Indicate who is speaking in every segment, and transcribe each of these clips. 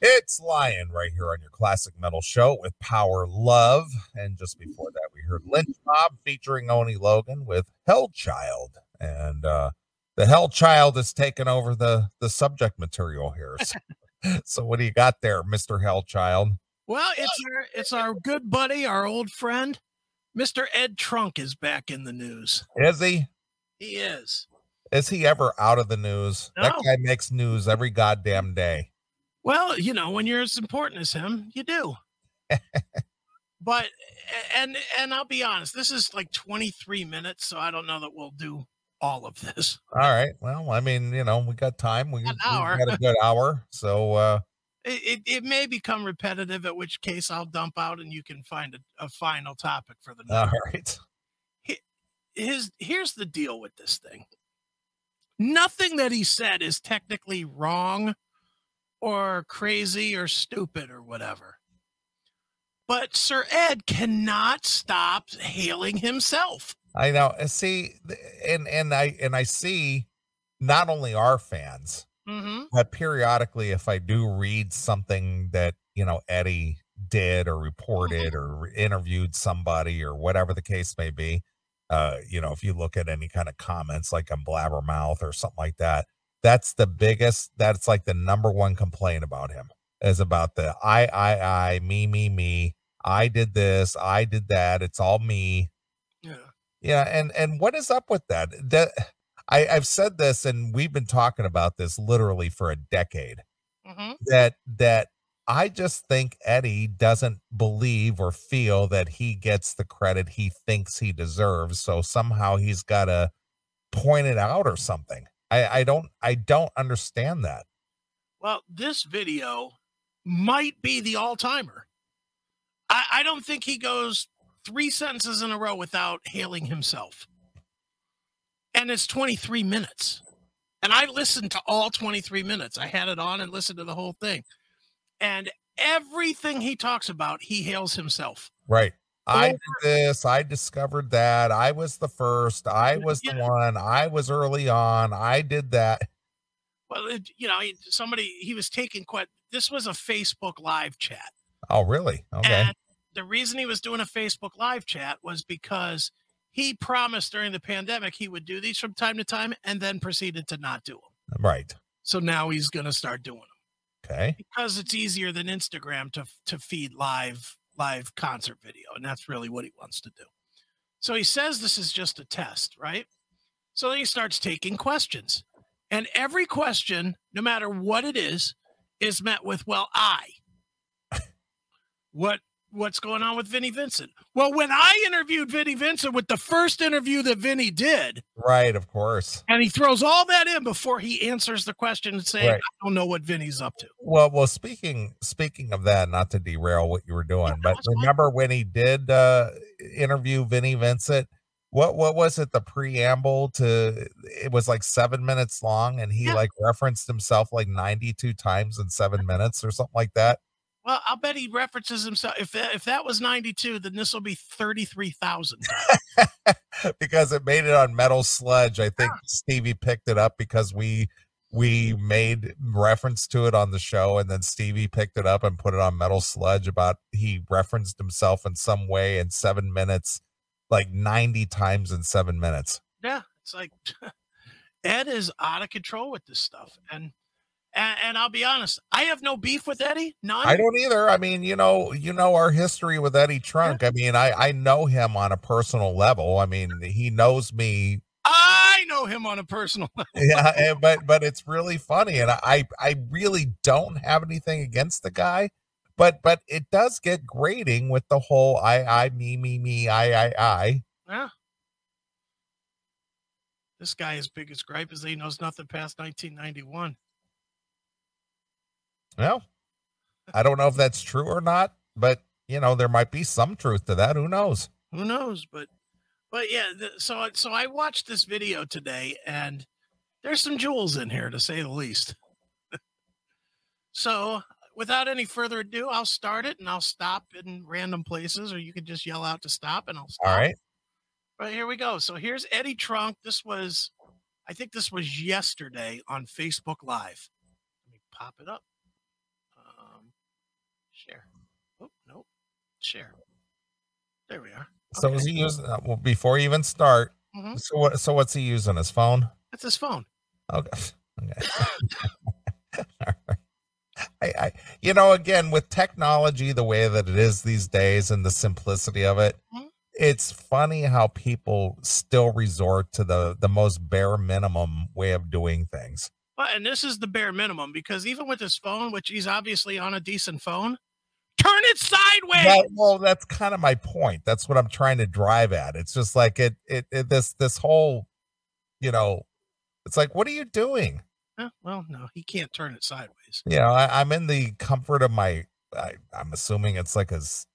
Speaker 1: It's Lion right here on your classic metal show with Power Love. And just before that, we heard Lynch Mob featuring Oni Logan with Hell Child. And uh, the Hell Child has taken over the, the subject material here. So, so what do you got there, Mr. Hell Child?
Speaker 2: Well, it's our it's our good buddy, our old friend, Mr. Ed Trunk is back in the news.
Speaker 1: Is he?
Speaker 2: He is.
Speaker 1: Is he ever out of the news? That
Speaker 2: No.
Speaker 1: guy makes news every goddamn day.
Speaker 2: Well, you know, when you're as important as him, you do. but and and I'll be honest, this is like 23 minutes, so I don't know that we'll do all of this.
Speaker 1: All right. Well, I mean, you know, we got time. We,
Speaker 2: An
Speaker 1: we
Speaker 2: hour.
Speaker 1: got a good hour. So uh
Speaker 2: It, it, it may become repetitive, at which case I'll dump out and you can find a, a final topic for the night.
Speaker 1: all right.
Speaker 2: his here's the deal with this thing. Nothing that he said is technically wrong or crazy or stupid or whatever. But Sir Ed cannot stop hailing himself.
Speaker 1: I know. And See, th- and and I and I see not only our fans,
Speaker 2: Mm-hmm.
Speaker 1: but periodically, if I do read something that you know Eddie did or reported or interviewed somebody or whatever the case may be, uh, you know, if you look at any kind of comments like on Blabbermouth or something like that, that's the biggest. That's like the number one complaint about him is about the I I I me me me. I did this. I did that. It's all me.
Speaker 2: Yeah.
Speaker 1: Yeah, and and what is up with that? That I, I've said this, and we've been talking about this literally for a decade.
Speaker 2: Mm-hmm.
Speaker 1: That that I just think Eddie doesn't believe or feel that he gets the credit he thinks he deserves. So somehow he's got to point it out or something. I I don't I don't understand that.
Speaker 2: Well, this video might be the all timer. I, I don't think he goes three sentences in a row without hailing himself. And it's 23 minutes. And I listened to all 23 minutes. I had it on and listened to the whole thing. And everything he talks about, he hails himself.
Speaker 1: Right. I
Speaker 2: Or-
Speaker 1: did this. I discovered that. I was the first. I was the
Speaker 2: Yeah.
Speaker 1: one. I was early on. I did that.
Speaker 2: Well, it, you know, he- somebody, he was taking quite, this was a Facebook live chat.
Speaker 1: Oh, really? Okay.
Speaker 2: And the reason he was doing a Facebook live chat was because he promised during the pandemic he would do these from time to time and then proceeded to not do them.
Speaker 1: Right.
Speaker 2: So now he's going to start doing them
Speaker 1: Okay.
Speaker 2: because it's easier than Instagram to to feed live live concert video and that's really what he wants to do. So he says this is just a test, right? So then he starts taking questions. And every question, no matter what it is, is met with, well, I. what what's going on with Vinnie Vincent? Well, when I interviewed Vinnie Vincent with the first interview that Vinnie did,
Speaker 1: Right. Of course.
Speaker 2: and he throws all that in before he answers the question saying,
Speaker 1: Right.
Speaker 2: I don't know what Vinnie's up to.
Speaker 1: Well, well. Speaking speaking of that, not to derail what you were doing, but
Speaker 2: that's fine.
Speaker 1: remember when he did uh, interview Vinnie Vincent? What what was it? The preamble to it was like seven minutes long, and he
Speaker 2: Yeah.
Speaker 1: like referenced himself like ninety two times in seven minutes or something like that.
Speaker 2: Well, I'll bet he references himself. If that, if that was 92, then this will be 33,000.
Speaker 1: because it made it on Metal Sludge. I think Stevie picked it up because we we made reference to it on the show, and then Stevie picked it up and put it on Metal Sludge. About he referenced himself in some way in seven minutes, like ninety times in seven minutes.
Speaker 2: yeah, it's like Ed is out of control with this stuff. And, and and I'll be honest, I have no beef with Eddie. None.
Speaker 1: I don't either. I mean, you know, you know our history with Eddie Trunk. I mean, I I know him on a personal level. I mean, he knows me
Speaker 2: I know him on a personal level.
Speaker 1: yeah and- but but it's really funny and i i really don't have anything against the guy but but it does get grating with the whole i i me me me i i i
Speaker 2: Yeah. This guy, his biggest gripe is that he knows nothing past 1991.
Speaker 1: well i don't know if that's true or not but you know there might be some truth to that who knows
Speaker 2: who knows but but yeah th- so I- so i watched this video today and there's some jewels in here to say the least so without any further ado i'll start it and i'll stop in random places or you can just yell out to stop and i'll stop
Speaker 1: all right
Speaker 2: but here we go so here's eddie trunk this was i think this was yesterday on facebook live let me pop it up uh, Share. Oh, nope. Share. There we are.
Speaker 1: So is he using? uh, Well, before you even start,
Speaker 2: Mhm.
Speaker 1: so what? So what's he using? His phone?
Speaker 2: That's his phone.
Speaker 1: Okay. okay. I, I, you know, again, with technology the way that it is these days and the simplicity of it,
Speaker 2: Mhm.
Speaker 1: it's funny how people still resort to the the most bare minimum way of doing things.
Speaker 2: Well, and this is the bare minimum because even with his phone, which he's obviously on a decent phone, turn it sideways.
Speaker 1: Well, well, that's kind of my point. That's what I'm trying to drive at. It's just like it, it, it this, this whole, you know, it's like, what are you doing?
Speaker 2: Huh? well, no, he can't turn it sideways.
Speaker 1: you know I, i'm in the comfort of my I, i'm assuming it's like his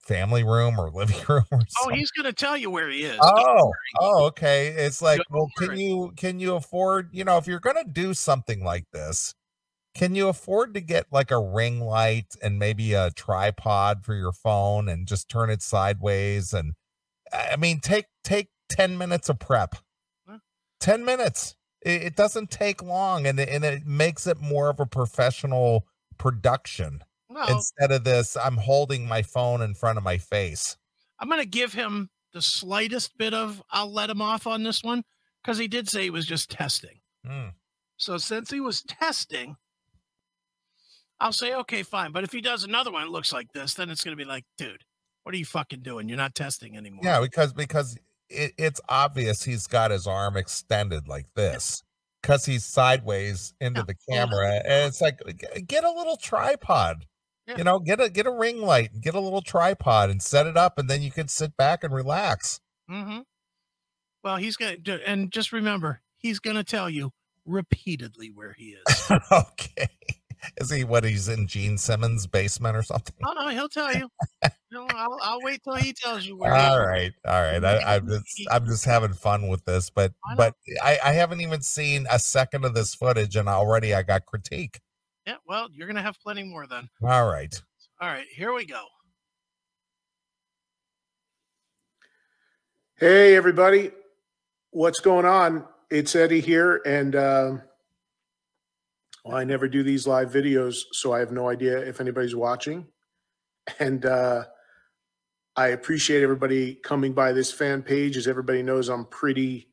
Speaker 1: family room or living room or
Speaker 2: Oh,
Speaker 1: something.
Speaker 2: he's going to tell you where he is.
Speaker 1: oh oh okay it's like
Speaker 2: Don't
Speaker 1: well can
Speaker 2: worry.
Speaker 1: you can you afford you know if you're gonna do something like this can you afford to get like a ring light and maybe a tripod for your phone and just turn it sideways and i I mean take take 10 minutes of prep
Speaker 2: Huh?
Speaker 1: 10 minutes it, it doesn't take long and it, and it makes it more of a professional production
Speaker 2: Well,
Speaker 1: instead of this i'm holding my phone in front of my face
Speaker 2: I'm going to give him the slightest bit of I'll let him off on this one because he did say he was just testing.
Speaker 1: Hmm.
Speaker 2: So since he was testing, I'll say, okay, fine. But if he does another one that looks like this, then it's going to be like, dude, what are you fucking doing? You're not testing anymore.
Speaker 1: Yeah, because because it, it's obvious he's got his arm extended like this because he's sideways into
Speaker 2: Yeah,
Speaker 1: the
Speaker 2: well, that's-
Speaker 1: camera, and it's like "G- get a little tripod.
Speaker 2: Yeah.
Speaker 1: You know, get a get a ring light, and get a little tripod, and set it up, and then you can sit back and relax.
Speaker 2: Mm-hmm. Well, he's going to, and just remember, he's going to tell you repeatedly where he is.
Speaker 1: okay, is he what? He's in Gene Simmons' basement or something?
Speaker 2: oh, no, he'll tell you. No, I'll, I'll wait till he tells you where he is.
Speaker 1: All right, all right. I, I'm just I'm just having fun with this, but
Speaker 2: I know.
Speaker 1: but I, I haven't even seen a second of this footage, and already I got critique.
Speaker 2: Yeah, well, you're going to have plenty more then.
Speaker 1: All right.
Speaker 2: All right, here we go.
Speaker 3: Hey, everybody. What's going on? It's Eddie here. And uh, well, I never do these live videos, so I have no idea if anybody's watching. And uh, I appreciate everybody coming by this fan page. As everybody knows, I'm pretty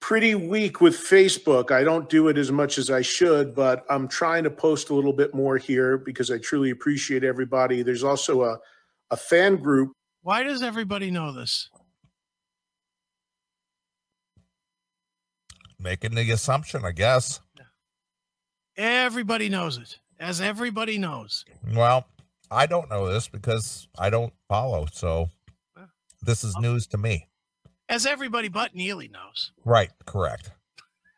Speaker 3: pretty weak with Facebook. I don't do it as much as I should, but I'm trying to post a little bit more here because I truly appreciate everybody. There's also a a fan group
Speaker 2: Why does everybody know this?
Speaker 1: making the assumption, I guess.
Speaker 2: Everybody knows it, as everybody knows.
Speaker 1: Well, I don't know this because I don't follow, so
Speaker 2: Well,
Speaker 1: this is
Speaker 2: okay.
Speaker 1: news to me.
Speaker 2: as everybody but Neely knows.
Speaker 1: Right, correct.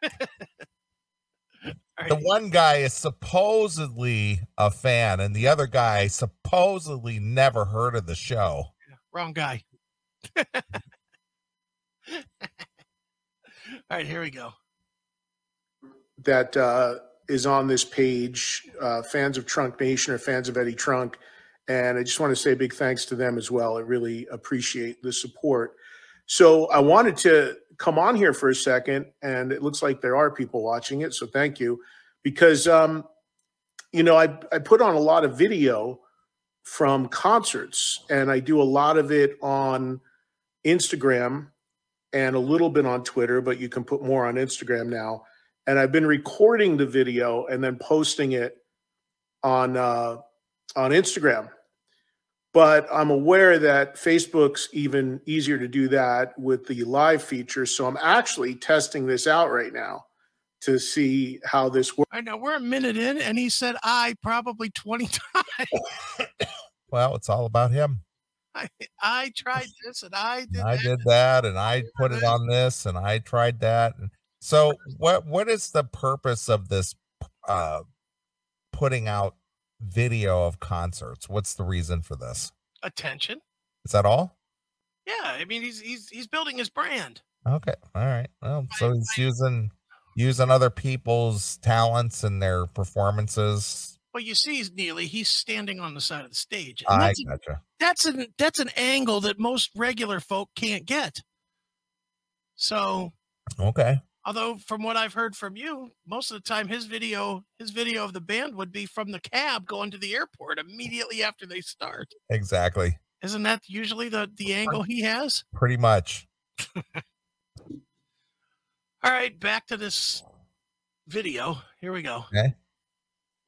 Speaker 2: All
Speaker 1: The
Speaker 2: right.
Speaker 1: one guy is supposedly a fan, and the other guy supposedly never heard of the show.
Speaker 2: Wrong guy. All right, here we go.
Speaker 3: that uh, is on this page, uh, fans of Trunk Nation or fans of Eddie Trunk. And I just want to say a big thanks to them as well. I really appreciate the support. So I wanted to come on here for a second, and it looks like there are people watching it. So thank you. Because, um, you know, I, I put on a lot of video from concerts, and I do a lot of it on Instagram and a little bit on Twitter, but you can put more on Instagram now and I've been recording the video and then posting it on uh, on Instagram. But I'm aware that Facebook's even easier to do that with the live feature, so I'm actually testing this out right now to see how this works.
Speaker 2: All right, now we're a minute in, and he said I probably 20 times.
Speaker 1: Well, it's all about him.
Speaker 2: I tried this and I did
Speaker 1: And I
Speaker 2: that.
Speaker 1: did that, and I put it on this, and I tried that. And so, what what is the purpose of this uh, putting out video of concerts? What's the reason for this?
Speaker 2: Attention.
Speaker 1: Is that all?
Speaker 2: Yeah, I mean he's he's he's building his brand.
Speaker 1: Okay. All right. Well, so
Speaker 2: I-
Speaker 1: he's using using other people's talents and their performances.
Speaker 2: Well, you see, Neely, he's standing on the side of the stage. and
Speaker 1: I
Speaker 2: that's,
Speaker 1: gotcha.
Speaker 2: that's an that's an angle that most regular folk can't get. So
Speaker 1: Okay.
Speaker 2: Although, from what I've heard from you, most of the time his video, his video of the band would be from the cab going to the airport immediately after they start.
Speaker 1: Exactly.
Speaker 2: Isn't that usually the the angle he has?
Speaker 1: Pretty much.
Speaker 2: All right, back to this video. Here we go.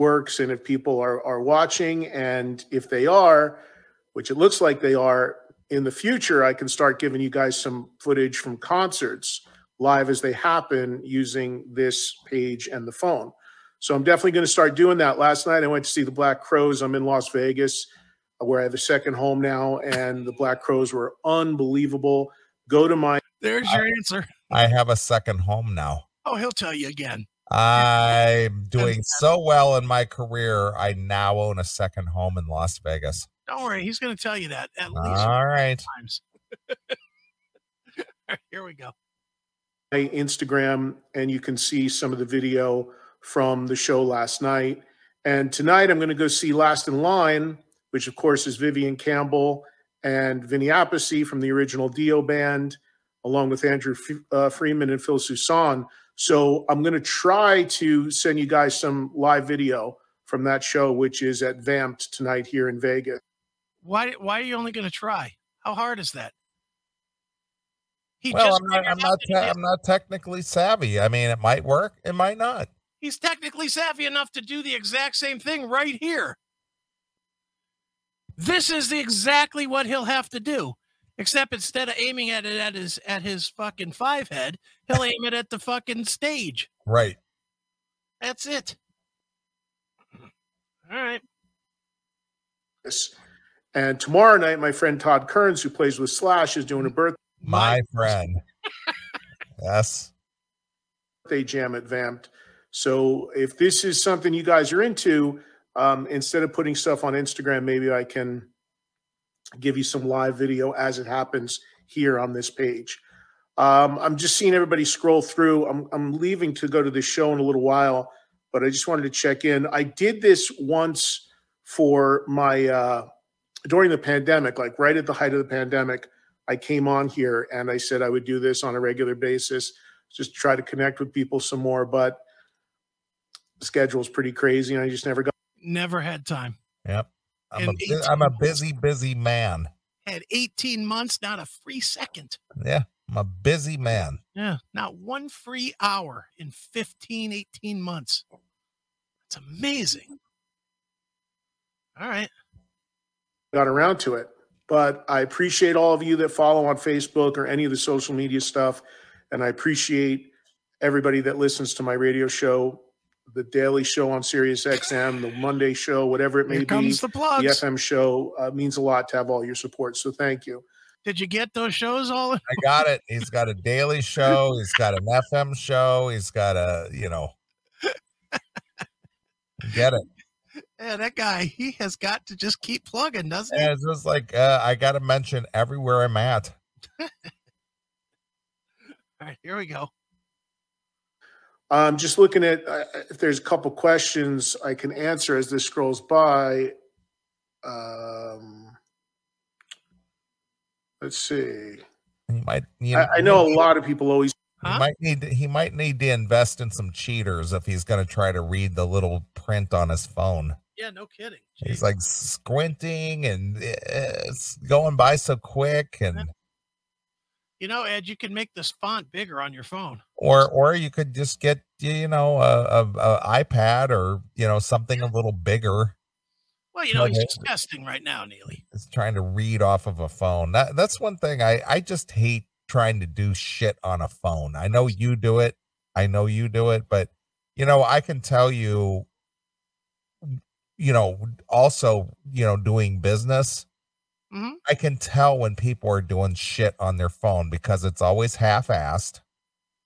Speaker 3: works and if people are, are watching and if they are which it looks like they are in the future i can start giving you guys some footage from concerts live as they happen using this page and the phone so i'm definitely going to start doing that last night i went to see the black crows i'm in las vegas where i have a second home now and the black crows were unbelievable go to my
Speaker 2: There's your answer.
Speaker 1: I have a second home now.
Speaker 2: Oh, he'll tell you again.
Speaker 1: I'm doing so well in my career. I now own a second home in Las Vegas.
Speaker 2: Don't worry, he's going to tell you that at least
Speaker 1: All right.
Speaker 2: times. Here we go.
Speaker 3: my Instagram and you can see some of the video from the show last night. And tonight I'm going to go see Last in Line, which of course is Vivian Campbell and Vinny Appice from the original Dio band, along with Andrew F- uh, Freeman and Phil Susan. So I'm going to try to send you guys some live video from that show, which is at Vamped tonight here in Vegas.
Speaker 2: Why why are you only going to try? How hard is that? He
Speaker 1: Well,
Speaker 2: just
Speaker 1: I'm not,
Speaker 2: figured
Speaker 1: I'm
Speaker 2: out
Speaker 1: not,
Speaker 2: that he
Speaker 1: te-
Speaker 2: did-
Speaker 1: I'm not technically savvy. I mean, it might work, it might not.
Speaker 2: he's technically savvy enough to do the exact same thing right here. This is exactly what he'll have to do. Except instead of aiming at it at his at his fucking five head, he'll aim it at the fucking stage.
Speaker 1: Right.
Speaker 2: That's it. All right.
Speaker 3: Yes. And tomorrow night, my friend Todd Kearns, who plays with Slash, is doing a birthday.
Speaker 1: My friend. yes.
Speaker 3: birthday jam at Vamped. So if this is something you guys are into, um, instead of putting stuff on Instagram, maybe I can give you some live video as it happens here on this page. Um, I'm just seeing everybody scroll through. I'm, I'm leaving to go to the show in a little while, but I just wanted to check in. I did this once for my uh, during the pandemic, like right at the height of the pandemic. I came on here and I said I would do this on a regular basis just to try to connect with people some more. But the schedule's pretty crazy, and I just never got.
Speaker 2: Never had time.
Speaker 1: Yep. I'm a,
Speaker 2: And
Speaker 1: bu- I'm a
Speaker 2: 18 months.
Speaker 1: busy, busy man.
Speaker 2: Had 18 months, not a free second.
Speaker 1: Yeah. I'm a busy man.
Speaker 2: Yeah. Not one free hour in 15, 18 months. That's amazing. All right.
Speaker 3: got around to it. But I appreciate all of you that follow on Facebook or any of the social media stuff. And I appreciate everybody that listens to my radio show, the daily show on Sirius XM, the Monday show, whatever it may
Speaker 2: Here
Speaker 3: be.
Speaker 2: comes the
Speaker 3: The
Speaker 2: plugs.
Speaker 3: FM show uh, means a lot to have all your support. So thank you.
Speaker 2: Did you get those shows all?
Speaker 1: I got it. He's got a daily show. He's got an FM show. He's got a, you know, get it.
Speaker 2: Yeah, that guy, he has got to just keep plugging, doesn't he?
Speaker 1: And it's just like, uh, I got to mention everywhere I'm at.
Speaker 2: All right, here we go.
Speaker 3: Um, just looking at uh, if there's a couple questions I can answer as this scrolls by. Um, let's see.
Speaker 1: He might, you
Speaker 3: I, I know a lot of people always
Speaker 1: He
Speaker 2: Huh?
Speaker 1: might need to, he might need to invest in some cheaters if he's going to try to read the little print on his phone.
Speaker 2: Yeah, no kidding.
Speaker 1: He's like squinting and eh, it's going by so quick and
Speaker 2: you know, Ed, you can make this font bigger on your phone.
Speaker 1: or or you could just get you know a, a, a iPad or you know something a little bigger.
Speaker 2: Well, you know, he's
Speaker 1: Okay.
Speaker 2: just testing right now, Neely.
Speaker 1: It's trying to read off of a phone. That, that's one thing I I just hate trying to do shit on a phone. I know you do it. I know you do it, but you know I can tell you you know also you know doing business
Speaker 2: Mhm.
Speaker 1: I can tell when people are doing shit on their phone because it's always half assed.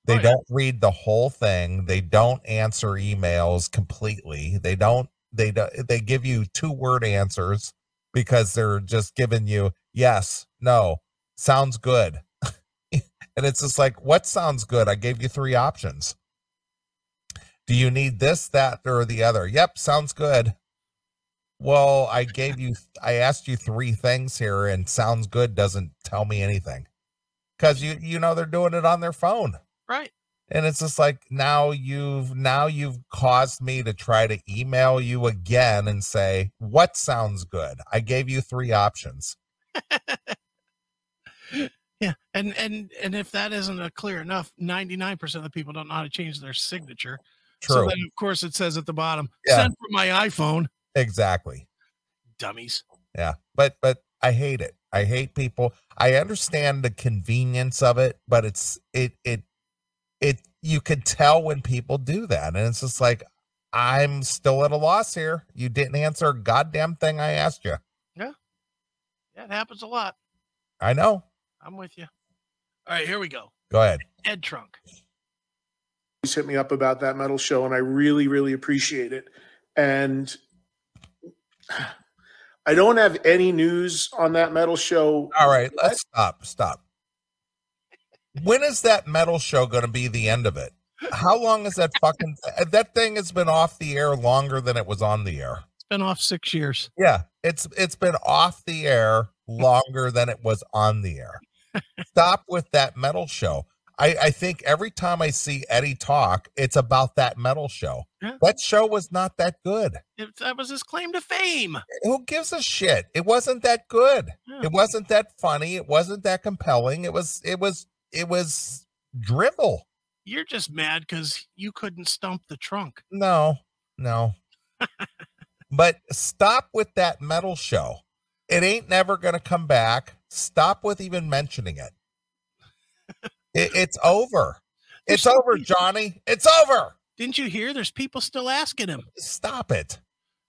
Speaker 1: They
Speaker 2: Oh, yeah.
Speaker 1: don't read the whole thing. They don't answer emails completely. They don't they don't they give you two word answers because they're just giving you yes, no, sounds good. and it's just like what sounds good? I gave you three options. Do you need this, that, or the other? Yep, sounds good. Well, I gave you, I asked you three things here, and sounds good doesn't tell me anything because you, you know, they're doing it on their phone.
Speaker 2: Right.
Speaker 1: and it's just like now you've now you've caused me to try to email you again and say what sounds good i gave you three options
Speaker 2: Yeah, and and and if that isn't a clear enough, ninety nine percent of the people don't know how to change their signature. So
Speaker 1: true
Speaker 2: then, of course, it says at the bottom,
Speaker 1: Yeah.
Speaker 2: "Send from my iPhone."
Speaker 1: exactly
Speaker 2: Dummies.
Speaker 1: yeah but but i hate it i hate people i understand the convenience of it but it's it it it you could tell when people do that and it's just like i'm still at a loss here you didn't answer a goddamn thing i asked you
Speaker 2: That happens a lot.
Speaker 1: i know
Speaker 2: I'm with you. All right, here we go.
Speaker 1: go ahead
Speaker 2: Ed Trunk.
Speaker 3: always hit me up about that metal show, and I really, really appreciate it. And I don't have any news on that metal show.
Speaker 1: all right let's stop stop when is that metal show going to be the end of it how long is that fucking that thing has been off the air longer than it was on the air
Speaker 2: It's been off six years.
Speaker 1: Yeah, it's it's been off the air longer than it was on the air. Stop with that metal show. I, I think every time I see Eddie talk, it's about that metal show.
Speaker 2: Yeah.
Speaker 1: That show was not that good.
Speaker 2: If that was his claim to fame.
Speaker 1: Who gives a shit? It wasn't that good.
Speaker 2: Yeah.
Speaker 1: It wasn't that funny. It wasn't that compelling. It was it was it was dribble.
Speaker 2: You're just mad because you couldn't stump the trunk.
Speaker 1: No, no. but stop with that metal show. It ain't never going to come back. Stop with even mentioning it. it it's over. It's
Speaker 2: There's-
Speaker 1: over, Johnny. It's over.
Speaker 2: Didn't you hear? There's people still asking him.
Speaker 1: Stop it.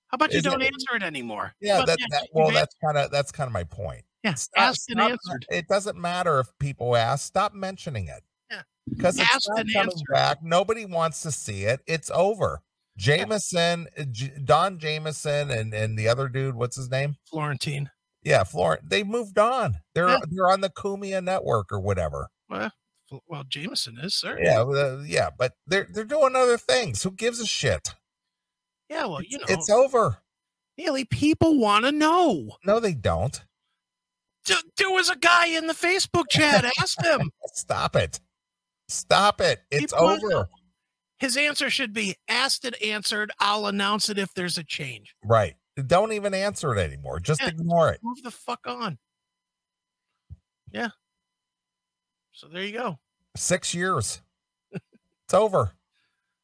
Speaker 2: How about you
Speaker 1: Is that-
Speaker 2: don't answer it anymore?
Speaker 1: Yeah,
Speaker 2: How about
Speaker 1: that,
Speaker 2: that?
Speaker 1: that
Speaker 2: You
Speaker 1: well,
Speaker 2: can
Speaker 1: that's kind of that's kind of my point.
Speaker 2: Yeah,
Speaker 1: Stop-
Speaker 2: asked and
Speaker 1: stop-
Speaker 2: answered.
Speaker 1: It doesn't matter if people ask. Stop mentioning it.
Speaker 2: Yeah.
Speaker 1: Because it's
Speaker 2: Asked
Speaker 1: not
Speaker 2: and
Speaker 1: coming
Speaker 2: answered.
Speaker 1: back. Nobody wants to see it. It's over. Jameson, uh, J- Don Jameson, and and the other dude, what's his name?
Speaker 2: Florentine.
Speaker 1: Yeah, Florence. They moved on. They're
Speaker 2: Yeah.
Speaker 1: they're on the Kumia network or whatever.
Speaker 2: Well, Fl- well, Jameson is, sir.
Speaker 1: Yeah, uh, yeah. But they're they're doing other things. Who gives a shit?
Speaker 2: Yeah, well, you know,
Speaker 1: It's over.
Speaker 2: Neely, people want to know.
Speaker 1: No, they don't.
Speaker 2: Th- There was a guy in the Facebook chat asked him.
Speaker 1: Stop it. Stop it. It's
Speaker 2: People wanna
Speaker 1: over.
Speaker 2: know. His answer should be asked and answered. I'll announce it if there's a change.
Speaker 1: Right. Don't even answer it anymore. Just
Speaker 2: Yeah.
Speaker 1: ignore it.
Speaker 2: Move the fuck on. Yeah. So there you go. All
Speaker 1: Six years. It's over.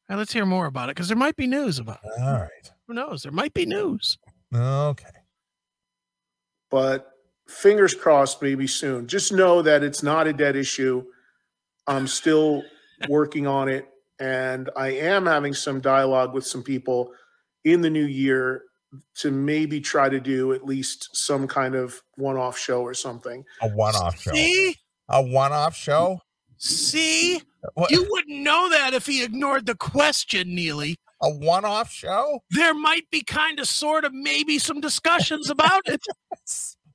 Speaker 2: right, let's hear more about it because there might be news about it.
Speaker 1: All right.
Speaker 2: Who knows? There might be news.
Speaker 1: Okay.
Speaker 3: but fingers crossed, maybe soon. Just know that it's not a dead issue. I'm still working on it, and I am having some dialogue with some people in the new year to maybe try to do at least some kind of one-off show or something.
Speaker 1: A one-off show.
Speaker 2: See?
Speaker 1: A one-off show.
Speaker 2: See?
Speaker 1: What,
Speaker 2: You wouldn't know that if he ignored the question, Neely.
Speaker 1: a one-off show?
Speaker 2: There might be kind of, sort of, maybe some discussions about it.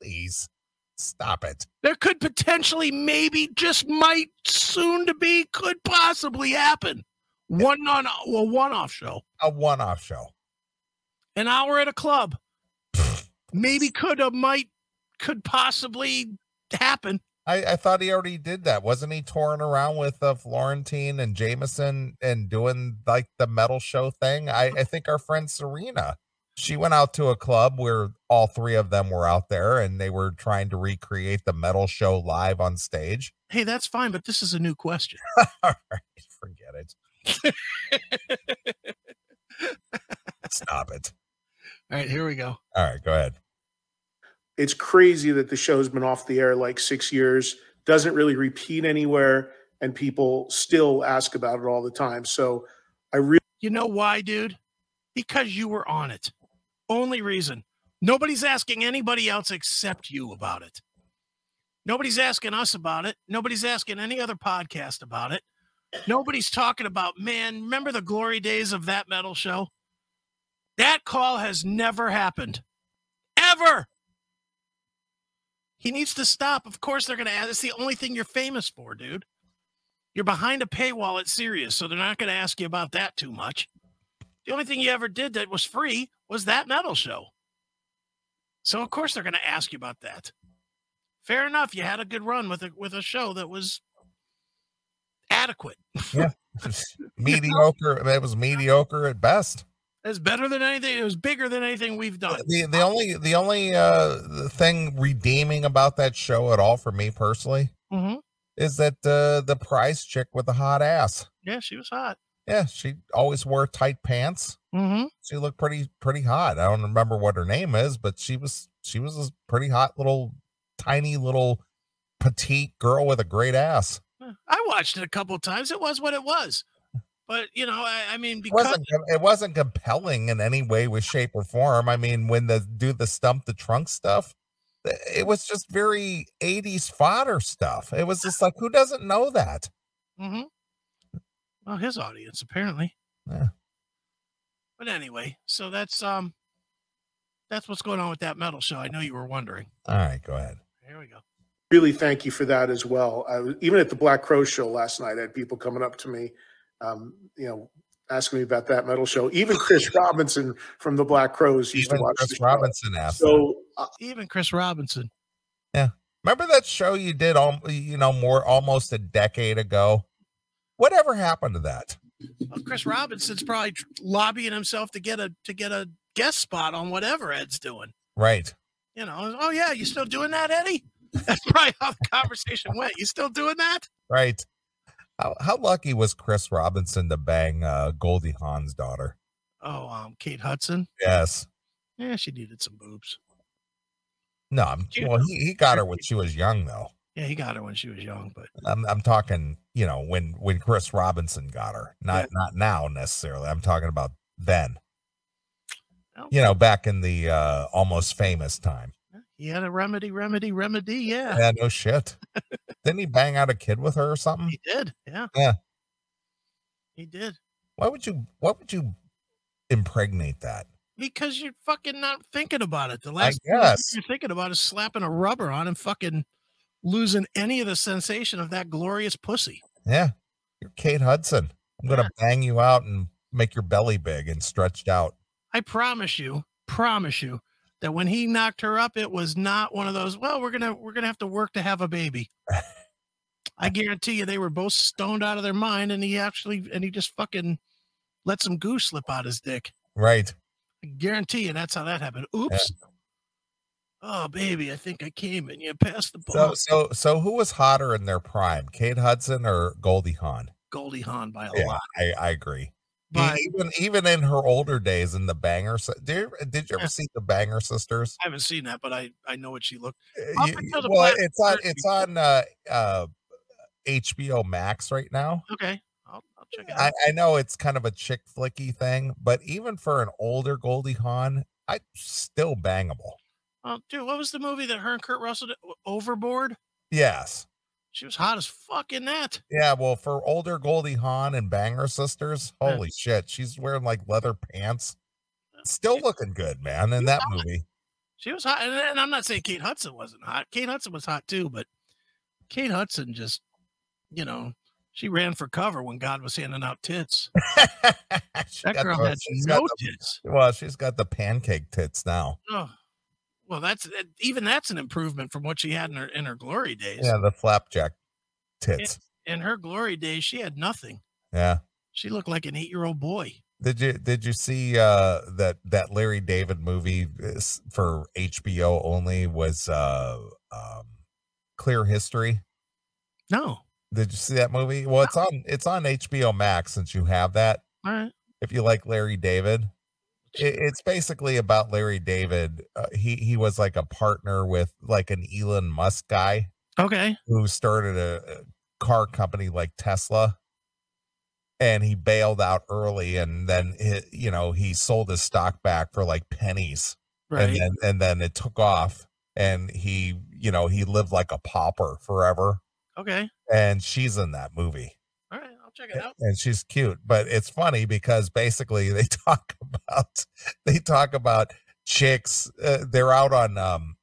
Speaker 1: Please stop it.
Speaker 2: there could potentially, maybe, just might, soon to be, could possibly happen. One on well, one off show,
Speaker 1: A one-off show.
Speaker 2: an hour at a club, maybe could have, might, could possibly happen.
Speaker 1: I, I thought he already did that. Wasn't he touring around with uh, Florentine and Jameson and doing like the metal show thing? I, I think our friend Serena, she went out to a club where all three of them were out there and they were trying to recreate the metal show live on stage.
Speaker 2: Hey, that's fine, but this is a new question.
Speaker 1: all right, forget it. Stop it.
Speaker 2: All right, here we go.
Speaker 1: All right, go ahead.
Speaker 3: it's crazy that the show's been off the air like six years, doesn't really repeat anywhere, and people still ask about it all the time. So I really
Speaker 2: You know why, dude? Because you were on it. Only reason. Nobody's asking anybody else except you about it. Nobody's asking us about it. Nobody's asking any other podcast about it. Nobody's talking about, man, remember the glory days of that metal show? That call has never happened. Ever. He needs to stop. Of course, they're going to ask. It's the only thing you're famous for, dude. You're behind a paywall at Sirius, so they're not going to ask you about that too much. The only thing you ever did that was free was that metal show. So of course they're going to ask you about that. Fair enough. You had a good run with a with a show that was adequate.
Speaker 1: mediocre. It was mediocre at best.
Speaker 2: It's better than anything. It was bigger than anything we've done.
Speaker 1: The the only the only uh thing redeeming about that show at all for me personally
Speaker 2: hmm
Speaker 1: is that uh, the prize chick with the hot ass.
Speaker 2: Yeah, she was hot.
Speaker 1: Yeah, she always wore tight pants.
Speaker 2: hmm
Speaker 1: She looked pretty pretty hot. I don't remember what her name is, but she was she was a pretty hot little tiny little petite girl with a great ass.
Speaker 2: I watched it a couple of times. It was what it was. But you know, I, I mean,
Speaker 1: It
Speaker 2: because
Speaker 1: wasn't com- it wasn't compelling in any way with shape or form. I mean, when the do the stump the trunk stuff, th- it was just very 80s fodder stuff. It was just like who doesn't know that?
Speaker 2: hmm Well, his audience apparently.
Speaker 1: Yeah.
Speaker 2: But anyway, so that's um, that's what's going on with that metal show. I know you were wondering.
Speaker 1: All right, go ahead.
Speaker 2: Here we go.
Speaker 3: Really thank you for that as well. I was, even at the Black Crow show last night, I had people coming up to me, um, you know, asking me about that metal show. Even Chris Robinson from the Black Crows used
Speaker 1: Even
Speaker 3: to watch the
Speaker 1: Chris
Speaker 3: show.
Speaker 1: Robinson asked. that.
Speaker 3: So uh,
Speaker 2: Even Chris Robinson.
Speaker 1: Remember that show you did all you know more almost a decade ago? Whatever happened to that?
Speaker 2: Well, Chris Robinson's probably tr- lobbying himself to get a to get a guest spot on whatever Ed's doing.
Speaker 1: Right.
Speaker 2: You know, oh yeah, you still doing that, Eddie? That's probably how the conversation went. You still doing that?
Speaker 1: Right. How how lucky was Chris Robinson to bang uh, Goldie Hawn's daughter?
Speaker 2: Oh, um, Kate Hudson.
Speaker 1: Yes.
Speaker 2: Yeah, she needed some boobs.
Speaker 1: No, I'm,
Speaker 2: Cute.
Speaker 1: well, he, he got her when she was young, though.
Speaker 2: Yeah, he got her when she was young, but
Speaker 1: I'm, I'm talking, you know, when when Chris Robinson got her, not not now necessarily. I'm talking about then.
Speaker 2: Oh.
Speaker 1: You know, back in the uh, almost famous time.
Speaker 2: he had a remedy, remedy, remedy. Yeah,
Speaker 1: Yeah, no shit. Didn't he bang out a kid with her or something?
Speaker 2: he did. Yeah,
Speaker 1: Yeah.
Speaker 2: he did
Speaker 1: Why would you? Why would you impregnate that?
Speaker 2: because you're fucking not thinking about it. The last thing
Speaker 1: guess.
Speaker 2: you're thinking about is slapping a rubber on and fucking losing any of the sensation of that glorious pussy.
Speaker 1: Yeah, you're Kate Hudson. I'm gonna bang you out and make your belly big and stretched out.
Speaker 2: I promise you, promise you that when he knocked her up, it was not one of those. Well, we're gonna we're gonna have to work to have a baby. I guarantee you, they were both stoned out of their mind, and he actually and he just fucking let some goose slip out his dick.
Speaker 1: Right.
Speaker 2: I guarantee you, that's how that happened. Oops. Oh baby, I think I came and you passed the
Speaker 1: So
Speaker 2: ball,
Speaker 1: so so who was hotter in their prime, Kate Hudson or Goldie Hawn?
Speaker 2: Goldie Hawn by a
Speaker 1: Yeah,
Speaker 2: lot.
Speaker 1: I, I agree. E-
Speaker 2: But
Speaker 1: even even in her older days, in the Banger, si- did you, did you ever
Speaker 2: Yeah.
Speaker 1: see the Banger sisters?
Speaker 2: I haven't seen that, but I I know what she looked.
Speaker 1: Uh,
Speaker 2: Up
Speaker 1: you-
Speaker 2: until the
Speaker 1: well,
Speaker 2: Black
Speaker 1: it's on
Speaker 2: Sisters
Speaker 1: it's on uh, uh, HBO Max right now.
Speaker 2: Okay, I'll, I'll check it out.
Speaker 1: I, I know it's kind of a chick flicky thing, but even for an older Goldie Hawn, I still bangable.
Speaker 2: oh, dude, what was the movie that her and Kurt Russell did? Overboard.
Speaker 1: Yes.
Speaker 2: She was hot as fuck in that.
Speaker 1: Yeah, well, for older Goldie Hawn and Banger Sisters,
Speaker 2: Yeah.
Speaker 1: holy shit, she's wearing like leather pants. Still
Speaker 2: She-
Speaker 1: looking good, man, in that movie.
Speaker 2: She was hot, and, and I'm not saying Kate Hudson wasn't hot. Kate Hudson was hot too, but Kate Hudson just, you know, she ran for cover when God was handing out tits.
Speaker 1: She
Speaker 2: That
Speaker 1: got
Speaker 2: girl
Speaker 1: the-
Speaker 2: has
Speaker 1: she's got
Speaker 2: no
Speaker 1: the-
Speaker 2: tits.
Speaker 1: well, she's got the pancake tits now.
Speaker 2: Oh. Well, that's that- even that's an improvement from what she had in her in her glory days.
Speaker 1: Yeah, the flapjack tits.
Speaker 2: In her glory days, she had nothing.
Speaker 1: Yeah.
Speaker 2: She looked like an eight year old boy.
Speaker 1: Did you did you see uh that that Larry David movie is- for HBO only was uh um Clear History?
Speaker 2: No.
Speaker 1: Did you see that movie? Well,
Speaker 2: Oh.
Speaker 1: it's on it's on HBO Max since you have that.
Speaker 2: All right.
Speaker 1: If you like Larry David, it, it's basically about Larry David. Uh, he he was like a partner with like an Elon Musk guy
Speaker 2: Okay.
Speaker 1: who started a, a car company like Tesla and he bailed out early and then hi- you know he sold his stock back for like pennies
Speaker 2: Right.
Speaker 1: and then and then it took off and he you know he lived like a pauper forever
Speaker 2: okay.
Speaker 1: and she's in that movie
Speaker 2: All right. I'll check it out.
Speaker 1: and she's cute but it's funny because basically they talk about they talk about chicks uh, they're out on um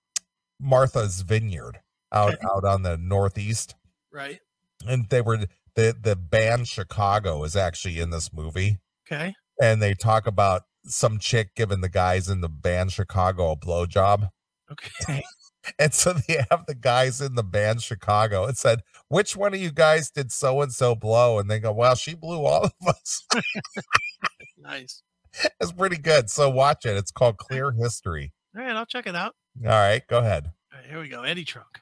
Speaker 1: Martha's Vineyard out
Speaker 2: Okay.
Speaker 1: out on the northeast
Speaker 2: Right.
Speaker 1: and they were the the band Chicago is actually in this movie,
Speaker 2: Okay.
Speaker 1: and they talk about some chick giving the guys in the band Chicago a blowjob,
Speaker 2: Okay.
Speaker 1: And so they have the guys in the band Chicago. It said, which one of you guys did so and so blow? And they go, wow, she blew all of us.
Speaker 2: Nice.
Speaker 1: That's pretty good. So watch it. It's called Clear History.
Speaker 2: All right, I'll check it out.
Speaker 1: All right, go ahead.
Speaker 2: All right, here we go. Eddie Trunk.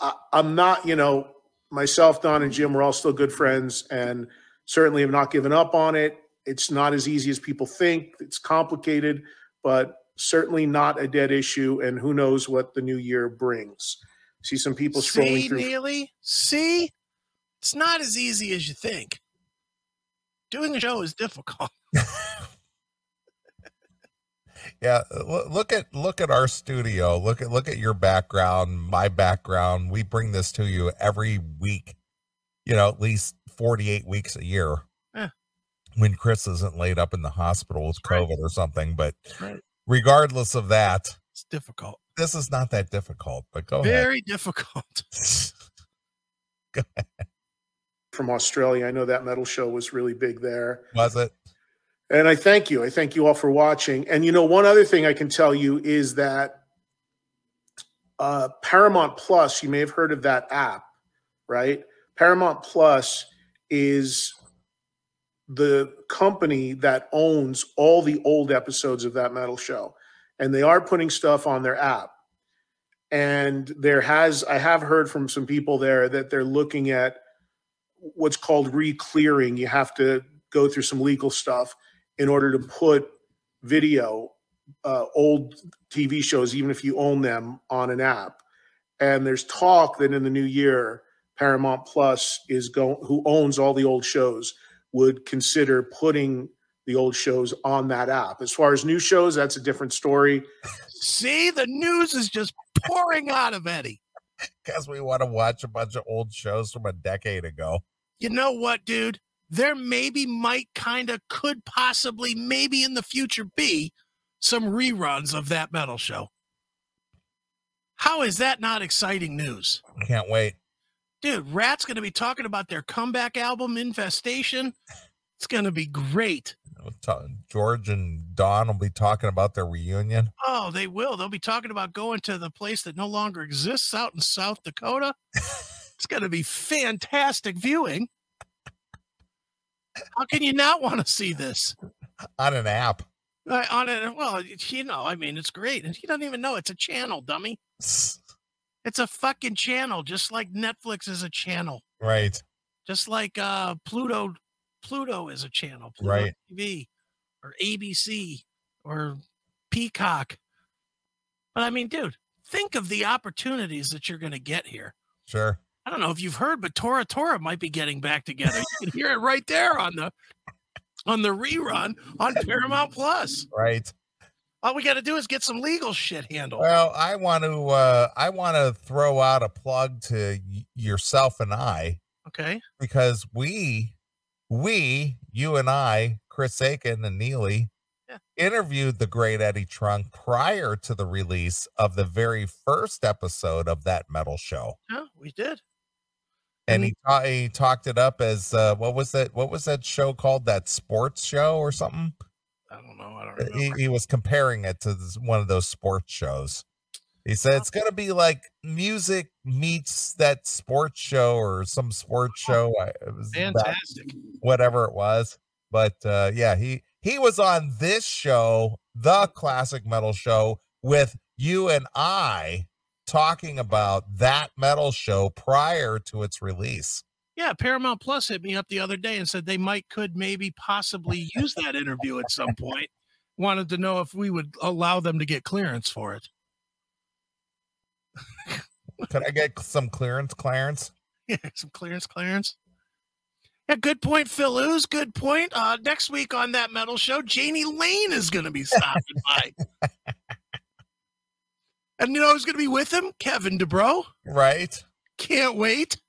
Speaker 3: I, I'm not, you know, myself, Don, and Jim, we're all still good friends and certainly have not given up on it. It's not as easy as people think. It's complicated, but certainly not a dead issue. And who knows what the new year brings. See some people scrolling
Speaker 2: See,
Speaker 3: through.
Speaker 2: Neely? See? It's not as easy as you think. Doing a show is difficult.
Speaker 1: Yeah, lo- look at look at our studio. Look at look at your background, my background. We bring this to you every week. You know, at least 48 weeks a year.
Speaker 2: Yeah.
Speaker 1: When Chris isn't laid up in the hospital with
Speaker 2: That's Eh. right.
Speaker 1: COVID or something, but
Speaker 2: right.
Speaker 1: regardless of that,
Speaker 2: It's difficult.
Speaker 1: this is not that difficult. But go
Speaker 2: Very difficult.
Speaker 1: ahead.
Speaker 3: from Australia. I know that metal show was really big there.
Speaker 1: Was it?
Speaker 3: And I thank you. I thank you all for watching. And you know, one other thing I can tell you is that uh, Paramount Plus, you may have heard of that app, right? Paramount Plus is the company that owns all the old episodes of that metal show. And they are putting stuff on their app. And there has, I have heard from some people there that they're looking at what's called re-clearing. You have to go through some legal stuff in order to put video, uh, old TV shows, even if you own them, on an app. And there's talk that in the new year, Paramount Plus is going, who owns all the old shows, would consider putting the old shows on that app. As far as new shows, that's a different story.
Speaker 2: See, the news is just pouring out of Eddie.
Speaker 1: Because we want to watch a bunch of old shows from a decade ago.
Speaker 2: You know what, dude? There maybe might kind of could possibly maybe in the future be some reruns of that metal show. How is that not exciting news?
Speaker 1: Can't wait.
Speaker 2: dude, Rat's going to be talking about their comeback album, Infestation. It's going to be great.
Speaker 1: We'll ta- George and Don will be talking about their reunion.
Speaker 2: Oh, they will. They'll be talking about going to the place that no longer exists out in South Dakota. It's going to be fantastic viewing. How can you not want to see this?
Speaker 1: on an app.
Speaker 2: Uh, on it, well, you know, I mean, it's great. And he doesn't even know it's a channel, dummy. It's a fucking channel, just like Netflix is a channel.
Speaker 1: Right.
Speaker 2: just like uh Pluto Pluto is a channel, Pluto
Speaker 1: Right.
Speaker 2: TV or ABC or Peacock. But I mean, dude, think of the opportunities that you're going to get here.
Speaker 1: Sure.
Speaker 2: I don't know if you've heard, but Tora Tora might be getting back together. You can hear it right there on the on the rerun on Paramount Plus.
Speaker 1: Right.
Speaker 2: All we got to do is get some legal shit handled.
Speaker 1: Well, I want to uh I want to throw out a plug to y- yourself and I
Speaker 2: Okay.
Speaker 1: because we we you and I, Chris Aiken and Neely
Speaker 2: Yeah.
Speaker 1: interviewed the great Eddie Trunk prior to the release of the very first episode of that metal show.
Speaker 2: Yeah, we did.
Speaker 1: And he, ta- he talked it up as uh, what was that? What was that show called? That sports show or something?
Speaker 2: I don't know. I don't
Speaker 1: Uh,
Speaker 2: remember.
Speaker 1: he, he was comparing it to this, one of those sports shows. He said it's going to be like music meets that sports show or some sports show, I- it was that-
Speaker 2: Fantastic.
Speaker 1: whatever it was. But uh, yeah, he he was on this show, the classic metal show, with you and I talking about that metal show prior to its release.
Speaker 2: Yeah, Paramount Plus hit me up the other day and said they might, could, maybe, possibly use that interview at some point. Wanted to know if we would allow them to get clearance for it.
Speaker 1: Could I get some clearance, Clarence?
Speaker 2: Yeah, some clearance, clearance. Yeah, good point, Phil Ooze. Good point. Uh, next week on that metal show, Janie Lane is going to be stopping by. And you know who's going to be with him? Kevin DeBro.
Speaker 1: Right?
Speaker 2: Can't wait.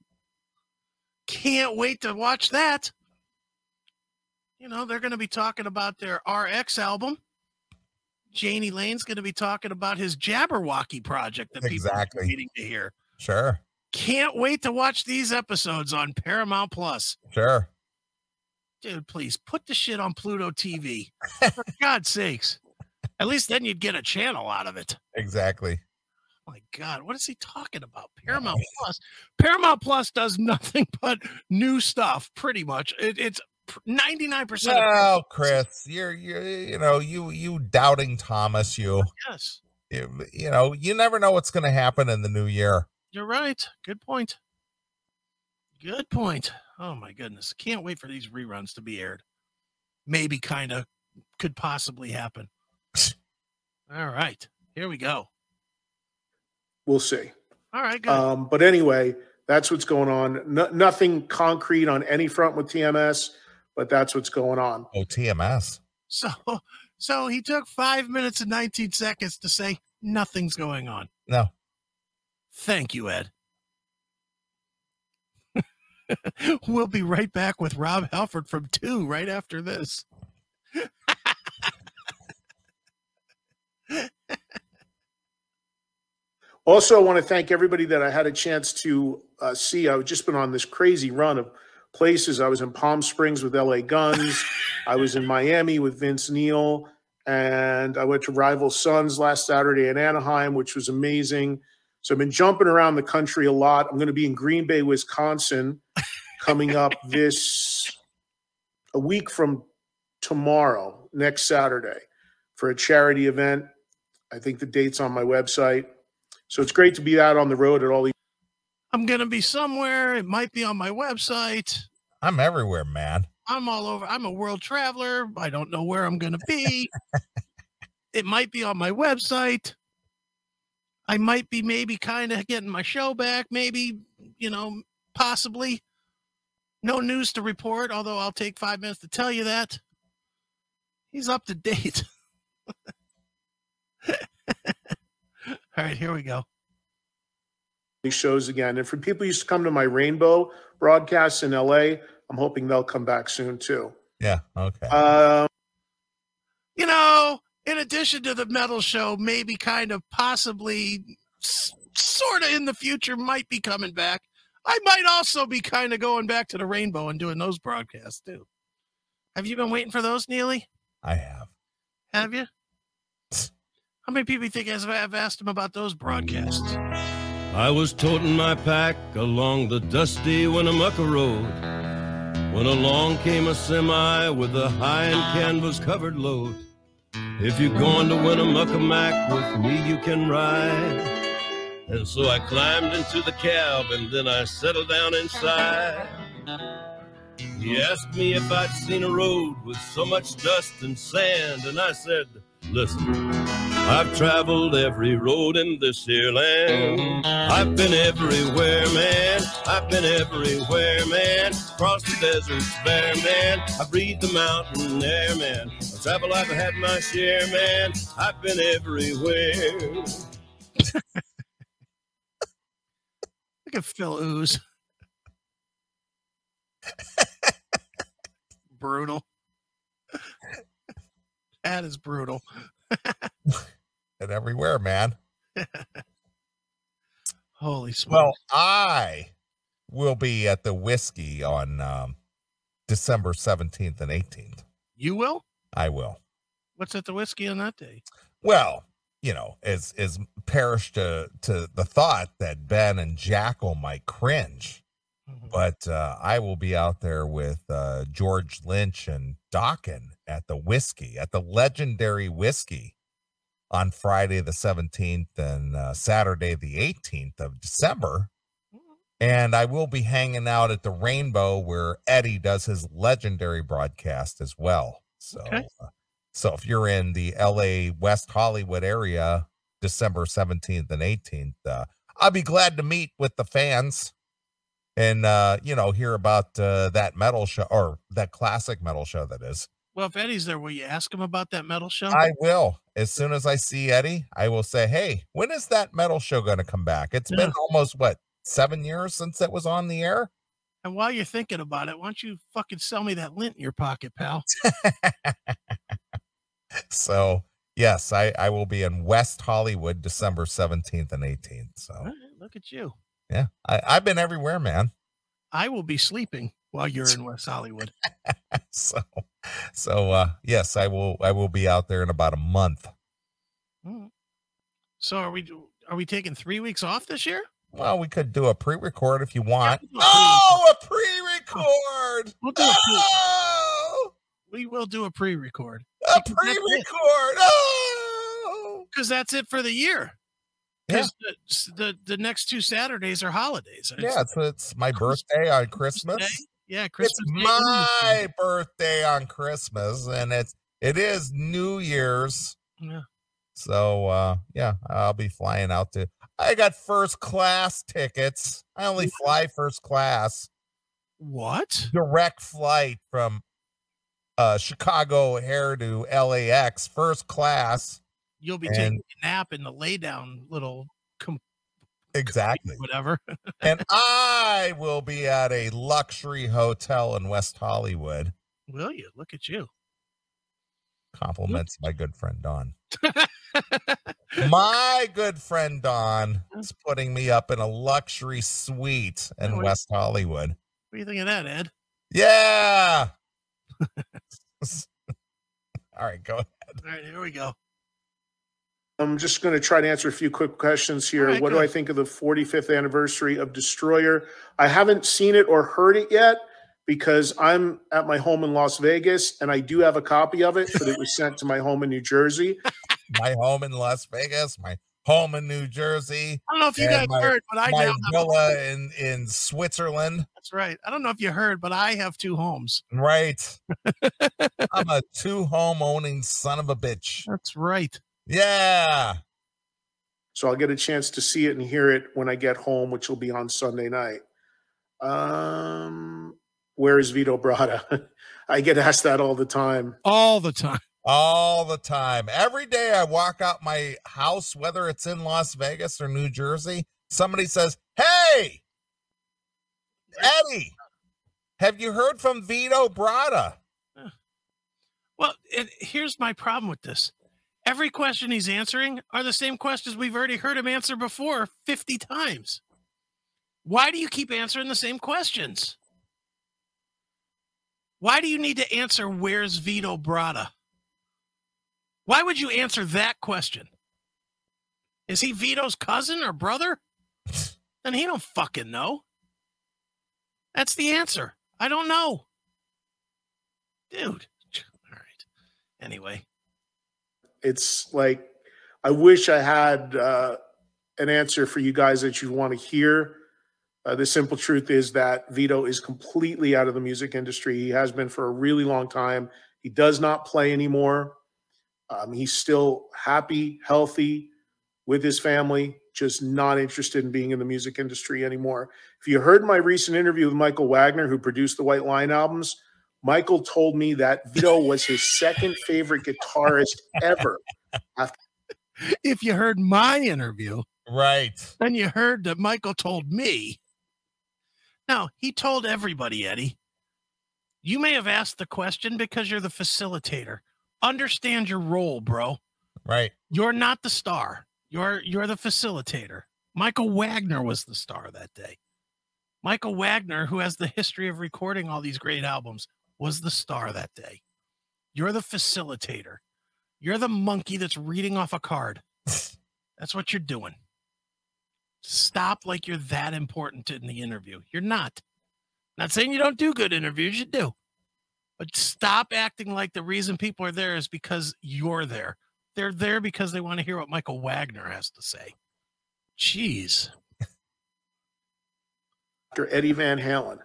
Speaker 2: Can't wait to watch that. You know, they're going to be talking about their RX album. Janie Lane's going to be talking about his Jabberwocky project that people are
Speaker 1: Exactly.
Speaker 2: waiting to hear.
Speaker 1: Sure,
Speaker 2: Can't wait to watch these episodes on Paramount Plus.
Speaker 1: sure.
Speaker 2: Dude, please put the shit on Pluto TV. For God's sakes. At least then you'd get a channel out of it.
Speaker 1: Exactly.
Speaker 2: My God, what is he talking about? Paramount Plus. Paramount Plus does nothing but new stuff, pretty much. It, it's ninety nine percent.
Speaker 1: No, Chris, you're you are you know you you doubting Thomas. You
Speaker 2: Yes,
Speaker 1: you, you know you never know what's going to happen in the new year.
Speaker 2: you're right. Good point. Good point. Oh my goodness, can't wait for these reruns to be aired. Maybe, kind of, could possibly happen. All right, here we go.
Speaker 3: We'll see.
Speaker 2: All right, good.
Speaker 3: Um, but anyway, that's what's going on. No, nothing concrete on any front with TMS, but that's what's going on.
Speaker 1: Oh, TMS.
Speaker 2: So, so he took five minutes and 19 seconds to say nothing's going on.
Speaker 1: No,
Speaker 2: Thank you, Ed. we'll be right back with Rob Halford from two right after this.
Speaker 3: Also, I want to thank everybody that I had a chance to uh, see. I've just been on this crazy run of places. I was in Palm Springs with LA Guns. I was in Miami with Vince Neal, and I went to Rival Sons last Saturday in Anaheim, which was amazing. So I've been jumping around the country a lot. I'm going to be in Green Bay, Wisconsin, coming up this a week from tomorrow, next Saturday, for a charity event. I think the date's on my website. So it's great to be out on the road at all these.
Speaker 2: I'm going to be somewhere. It might be on my website.
Speaker 1: I'm everywhere, man.
Speaker 2: I'm all over. I'm a world traveler. I don't know where I'm going to be. it might be on my website. I might be maybe kind of getting my show back, maybe, you know, possibly. No news to report, although I'll take five minutes to tell you that. He's up to date. all right, here we go.
Speaker 3: these shows again. And for people who used to come to my Rainbow broadcasts in LA, I'm hoping they'll come back soon too.
Speaker 1: Yeah. Okay.
Speaker 3: Um,
Speaker 2: you know, in addition to the metal show, maybe kind of possibly sort of in the future might be coming back. I might also be kind of going back to the rainbow and doing those broadcasts too. Have you been waiting for those, Neely?
Speaker 1: I have.
Speaker 2: Have you? How many people you think has I've asked him about those broadcasts?
Speaker 4: I was toting my pack along the dusty Winnemucca Road when along came a semi with a high and canvas covered load. If you're going to Winnemucca Mac with me, you can ride. And so I climbed into the cab and then I settled down inside. He asked me if I'd seen a road with so much dust and sand, and I said, Listen, I've traveled every road in this here land. I've been everywhere, man. I've been everywhere, man. Across the deserts, bare man. I breathe the mountain air, man. I travel, I've had my share, man. I've been everywhere.
Speaker 2: Look at Phil Ooze. brutal. that is brutal.
Speaker 1: And everywhere, man.
Speaker 2: Holy smokes.
Speaker 1: Well, I will be at the whiskey on um, December 17th and 18th.
Speaker 2: you will?
Speaker 1: I will.
Speaker 2: What's at the whiskey on that day?
Speaker 1: Well, you know, as as perish to to the thought that Ben and Jackal might cringe, but uh, I will be out there with uh, George Lynch and Dockin at the whiskey at the legendary whiskey on Friday the seventeenth and uh, Saturday the eighteenth of December. And I will be hanging out at the Rainbow where Eddie does his legendary broadcast as well. So,
Speaker 2: Okay.
Speaker 1: uh, so if you're in the LA West Hollywood area, December 17th and 18th, uh, I'll be glad to meet with the fans and, uh, you know, hear about uh, that metal show or that classic metal show that is.
Speaker 2: Well, if Eddie's there, will you ask him about that metal show?
Speaker 1: I will. As soon as I see Eddie, I will say, hey, when is that metal show going to come back? It's
Speaker 2: Yeah.
Speaker 1: been almost what? Seven years since it was on the air.
Speaker 2: and while you're thinking about it, why don't you fucking sell me that lint in your pocket, pal?
Speaker 1: So yes, I I will be in West Hollywood December seventeenth and eighteenth.
Speaker 2: All
Speaker 1: So
Speaker 2: right, look at you.
Speaker 1: yeah, I, I've been everywhere, man.
Speaker 2: I will be sleeping while you're in West Hollywood.
Speaker 1: So so uh yes, I will I will be out there in about a month.
Speaker 2: So are we are we taking three weeks off this year?
Speaker 1: Well, we could do a pre-record if you want.
Speaker 2: we'll do a pre-
Speaker 1: Oh, a pre-record.
Speaker 2: We'll do a pre-
Speaker 1: Oh,
Speaker 2: we will do a pre-record
Speaker 1: a
Speaker 2: That's it.
Speaker 1: pre-record. Oh,
Speaker 2: because that's it for the year. Because the, the the next two Saturdays are holidays. It's
Speaker 1: Oh! yeah. It's, it's my birthday on
Speaker 2: Christmas
Speaker 1: Christmas.
Speaker 2: Day. Yeah, Christmas. Day and
Speaker 1: it's
Speaker 2: New Year's
Speaker 1: my
Speaker 2: Day.
Speaker 1: birthday on Christmas, and it's it is New Year's.
Speaker 2: Yeah.
Speaker 1: So uh yeah, I'll be flying out to I got first class tickets. I only fly first class.
Speaker 2: What?
Speaker 1: Direct flight from uh Chicago Air to LAX, first class.
Speaker 2: You'll be
Speaker 1: And-
Speaker 2: taking a nap in the lay down little
Speaker 1: Exactly.
Speaker 2: whatever.
Speaker 1: and I will be at a luxury hotel in West Hollywood.
Speaker 2: Will you? Look at you.
Speaker 1: Compliments my good friend Don. my good friend Don is putting me up in a luxury suite in
Speaker 2: Oh, yeah.
Speaker 1: West Hollywood.
Speaker 2: What do you think of that, Ed?
Speaker 1: Yeah. All right, go.
Speaker 2: All right, here we go.
Speaker 3: I'm just going to try to answer a few quick questions here.
Speaker 2: All right,
Speaker 3: what
Speaker 2: go
Speaker 3: do I
Speaker 2: ahead.
Speaker 3: think of the 45th anniversary of Destroyer? I haven't seen it or heard it yet because I'm at my home in Las Vegas and I do have a copy of it, but it was sent to my home in New Jersey.
Speaker 1: My home in Las Vegas, my home in New Jersey,
Speaker 2: I don't know if you
Speaker 1: Yeah,
Speaker 2: guys
Speaker 1: my-
Speaker 2: heard, but I now
Speaker 1: my
Speaker 2: have-
Speaker 1: villa in in Switzerland.
Speaker 2: that's right. I don't know if you heard, but I have two homes.
Speaker 1: Right. I'm a two home owning son of a bitch.
Speaker 2: That's right.
Speaker 1: Yeah.
Speaker 3: So I'll get a chance to see it and hear it when I get home, which will be on Sunday night. Um, where is Vito Brada? I get asked that all the time.
Speaker 2: All the time.
Speaker 1: all the time. Every day I walk out my house, whether it's in Las Vegas or New Jersey, somebody says, Hey, Eddie, have you heard from Vito Brada?
Speaker 2: Well, and here's my problem with this. Every question he's answering are the same questions we've already heard him answer before 50 times. Why do you keep answering the same questions? Why do you need to answer where's Vito Brada? Why would you answer that question? Is he Vito's cousin or brother? Then he don't fucking know. That's the answer. I don't know. Dude. All right. Anyway,
Speaker 3: it's like I wish I had uh, an answer for you guys that you want to hear. Uh, the simple truth is that Vito is completely out of the music industry. He has been for a really long time. He does not play anymore. Um, he's still happy, healthy with his family, just not interested in being in the music industry anymore. If you heard my recent interview with Michael Wagner, who produced the White Line albums, Michael told me that Vito was his second favorite guitarist ever.
Speaker 2: if you heard my interview,
Speaker 1: Right.
Speaker 2: then you heard that Michael told me. No, he told everybody, Eddie. You may have asked the question because you're the facilitator. Understand your role, bro.
Speaker 1: Right.
Speaker 2: You're not the star. You're you're the facilitator. Michael Wagner was the star that day. Michael Wagner, who has the history of recording all these great albums, was the star that day. You're the facilitator. You're the monkey that's reading off a card. That's what you're doing. Stop like you're that important in the interview. You're not. Not saying you don't do good interviews, you do. But stop acting like the reason people are there is because you're there. They're there because they want to hear what Michael Wagner has to say. Jeez.
Speaker 3: Dr. Eddie Van Halen.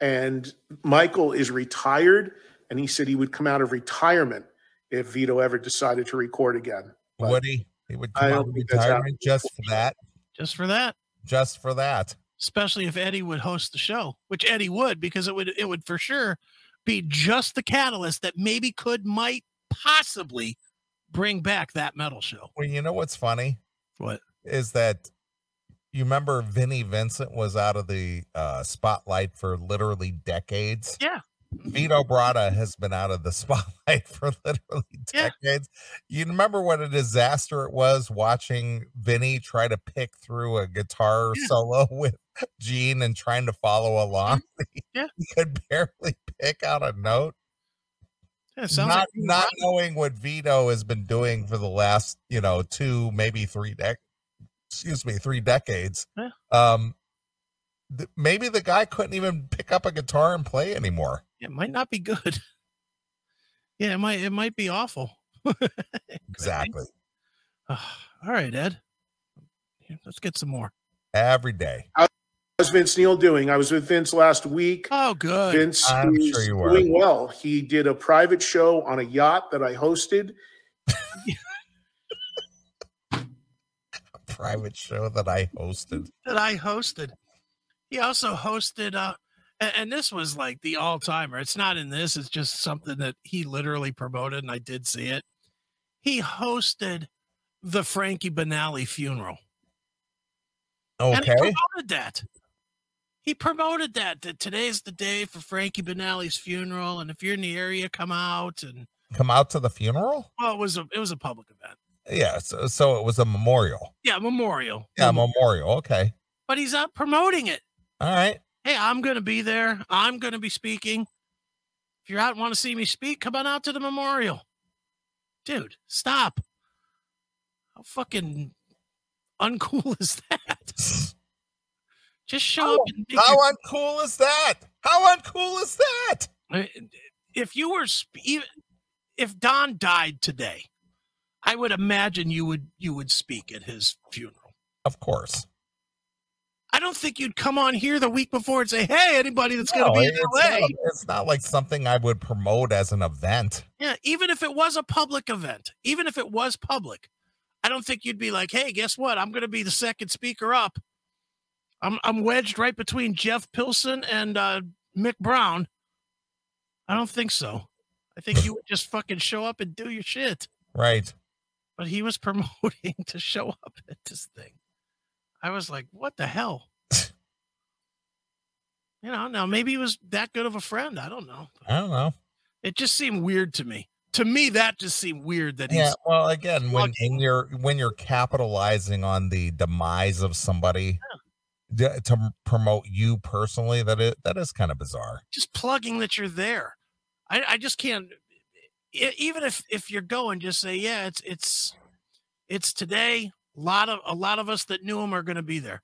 Speaker 3: And Michael is retired, and he said he would come out of retirement if Vito ever decided to record again. But-
Speaker 1: Would he? He would
Speaker 3: I
Speaker 1: come out
Speaker 3: don't
Speaker 1: of
Speaker 3: think that's
Speaker 1: retirement just for that.
Speaker 2: Just for that.
Speaker 1: Just for that.
Speaker 2: Especially if Eddie would host the show, which Eddie would, because it would it would for sure be just the catalyst that maybe could might possibly bring back that metal show.
Speaker 1: Well, you know what's funny
Speaker 2: What?
Speaker 1: is that you remember Vinnie Vincent was out of the uh, spotlight for literally decades.
Speaker 2: Yeah.
Speaker 1: Vito Brada has been out of the spotlight for literally
Speaker 2: Yeah.
Speaker 1: decades. You remember what a disaster it was watching Vinny try to pick through a guitar
Speaker 2: Yeah.
Speaker 1: solo with Gene and trying to follow along?
Speaker 2: Mm-hmm. Yeah.
Speaker 1: he could barely pick out a note.
Speaker 2: It sounds
Speaker 1: Not,
Speaker 2: like
Speaker 1: not knowing what Vito has been doing for the last, you know, two, maybe three dec- excuse me, three decades.
Speaker 2: Yeah.
Speaker 1: Um th- maybe the guy couldn't even pick up a guitar and play anymore.
Speaker 2: it might not be good. Yeah, it might it might be awful.
Speaker 1: Exactly.
Speaker 2: Ah, all right, Ed. Here, let's get some more.
Speaker 1: Every day.
Speaker 3: How's Vince Neil doing? I was with Vince last week.
Speaker 2: Oh, good.
Speaker 3: Vince
Speaker 1: I'm
Speaker 3: is
Speaker 1: sure you were.
Speaker 3: doing well. He did a private show on a yacht that I hosted.
Speaker 1: Private show that I hosted.
Speaker 2: that I hosted. He also hosted uh a- and, this was like the all timer. It's not in this, it's just something that he literally promoted and I did see it. He hosted the Frankie Benali funeral. And he
Speaker 1: Okay.
Speaker 2: promoted that. He promoted that that today's the day for Frankie Benali's funeral. And if you're in the area, come out and
Speaker 1: Come out to the funeral?
Speaker 2: well, it was a it was a public event.
Speaker 1: Yeah. So, so it was a memorial.
Speaker 2: Yeah, memorial.
Speaker 1: Yeah,
Speaker 2: Memorial.
Speaker 1: memorial. Okay.
Speaker 2: but he's out promoting it.
Speaker 1: All right.
Speaker 2: hey, I'm going to be there. I'm going to be speaking. If you're out and want to see me speak, come on out to the memorial. Dude, stop. How fucking uncool is that? Just show up and make
Speaker 1: How
Speaker 2: your-
Speaker 1: uncool is that? How uncool is that?
Speaker 2: I- Uh, if you were sp- even if Don died today, I would imagine you would you would speak at his funeral.
Speaker 1: Of course.
Speaker 2: I don't think you'd come on here the week before and say, "Hey, anybody that's going to
Speaker 1: No,
Speaker 2: be
Speaker 1: it-
Speaker 2: in
Speaker 1: it's,
Speaker 2: LA."
Speaker 1: Not, it's not like something I would promote as an event.
Speaker 2: Yeah, even if it was a public event, even if it was public, I don't think you'd be like, "Hey, guess what? I'm going to be the second speaker up. I'm I'm wedged right between Jeff Pilson and uh, Mick Brown." I don't think so. I think you would just fucking show up and do your shit.
Speaker 1: Right.
Speaker 2: But he was promoting to show up at this thing. I was like, "What the hell?" you know. Now maybe he was that good of a friend. I don't know.
Speaker 1: I don't know.
Speaker 2: It just seemed weird to me. To me, that just seemed weird that he's
Speaker 1: Yeah. Well, again, when,
Speaker 2: Lucky.
Speaker 1: when you're when you're capitalizing on the demise of somebody d- to m- promote you personally, that is that is kind of bizarre.
Speaker 2: just plugging that you're there. I, I just can't. e- Even if if you're going, just say yeah. It's it's it's today. A lot of a lot of us that knew him are going to be there.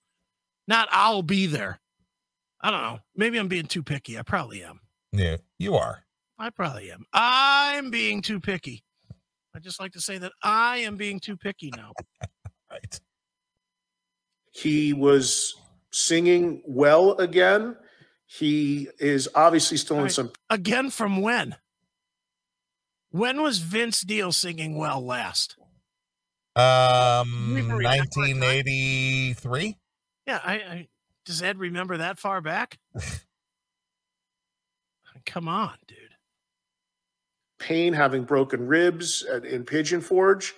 Speaker 2: Not I'll be there. I don't know. Maybe I'm being too picky. I probably am.
Speaker 1: Yeah, you are.
Speaker 2: I probably am. I'm being too picky. I just like to say that I am being too picky now.
Speaker 1: Right.
Speaker 3: He was singing well again. He is obviously still in
Speaker 2: Right.
Speaker 3: some
Speaker 2: Again, from when? When was Vince Deal singing well last?
Speaker 1: Um,
Speaker 2: We've already had more time.
Speaker 1: 1983.
Speaker 2: Yeah, I, I does Ed remember that far back? Come on, dude.
Speaker 3: pain having broken ribs at, in Pigeon Forge,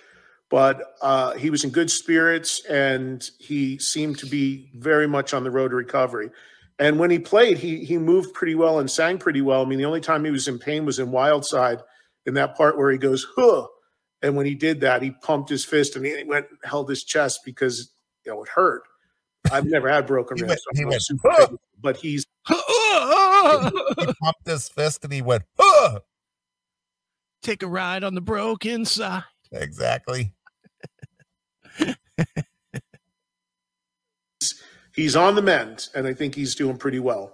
Speaker 3: but uh, he was in good spirits and he seemed to be very much on the road to recovery. And when he played, he he moved pretty well and sang pretty well. I mean, the only time he was in pain was in Wildside, in that part where he goes huh, and when he did that, he pumped his fist and he went and held his chest because you know it hurt. I've never had broken
Speaker 1: He
Speaker 3: ribs,
Speaker 1: went-
Speaker 3: so
Speaker 1: he
Speaker 3: I'm not
Speaker 1: went,
Speaker 3: super
Speaker 1: "Huh!"
Speaker 3: picky, but he's
Speaker 1: He pumped his fist and he went, "Huh!"
Speaker 2: Take a ride on the broken side.
Speaker 1: Exactly.
Speaker 3: he's on the mend, and I think he's doing pretty well.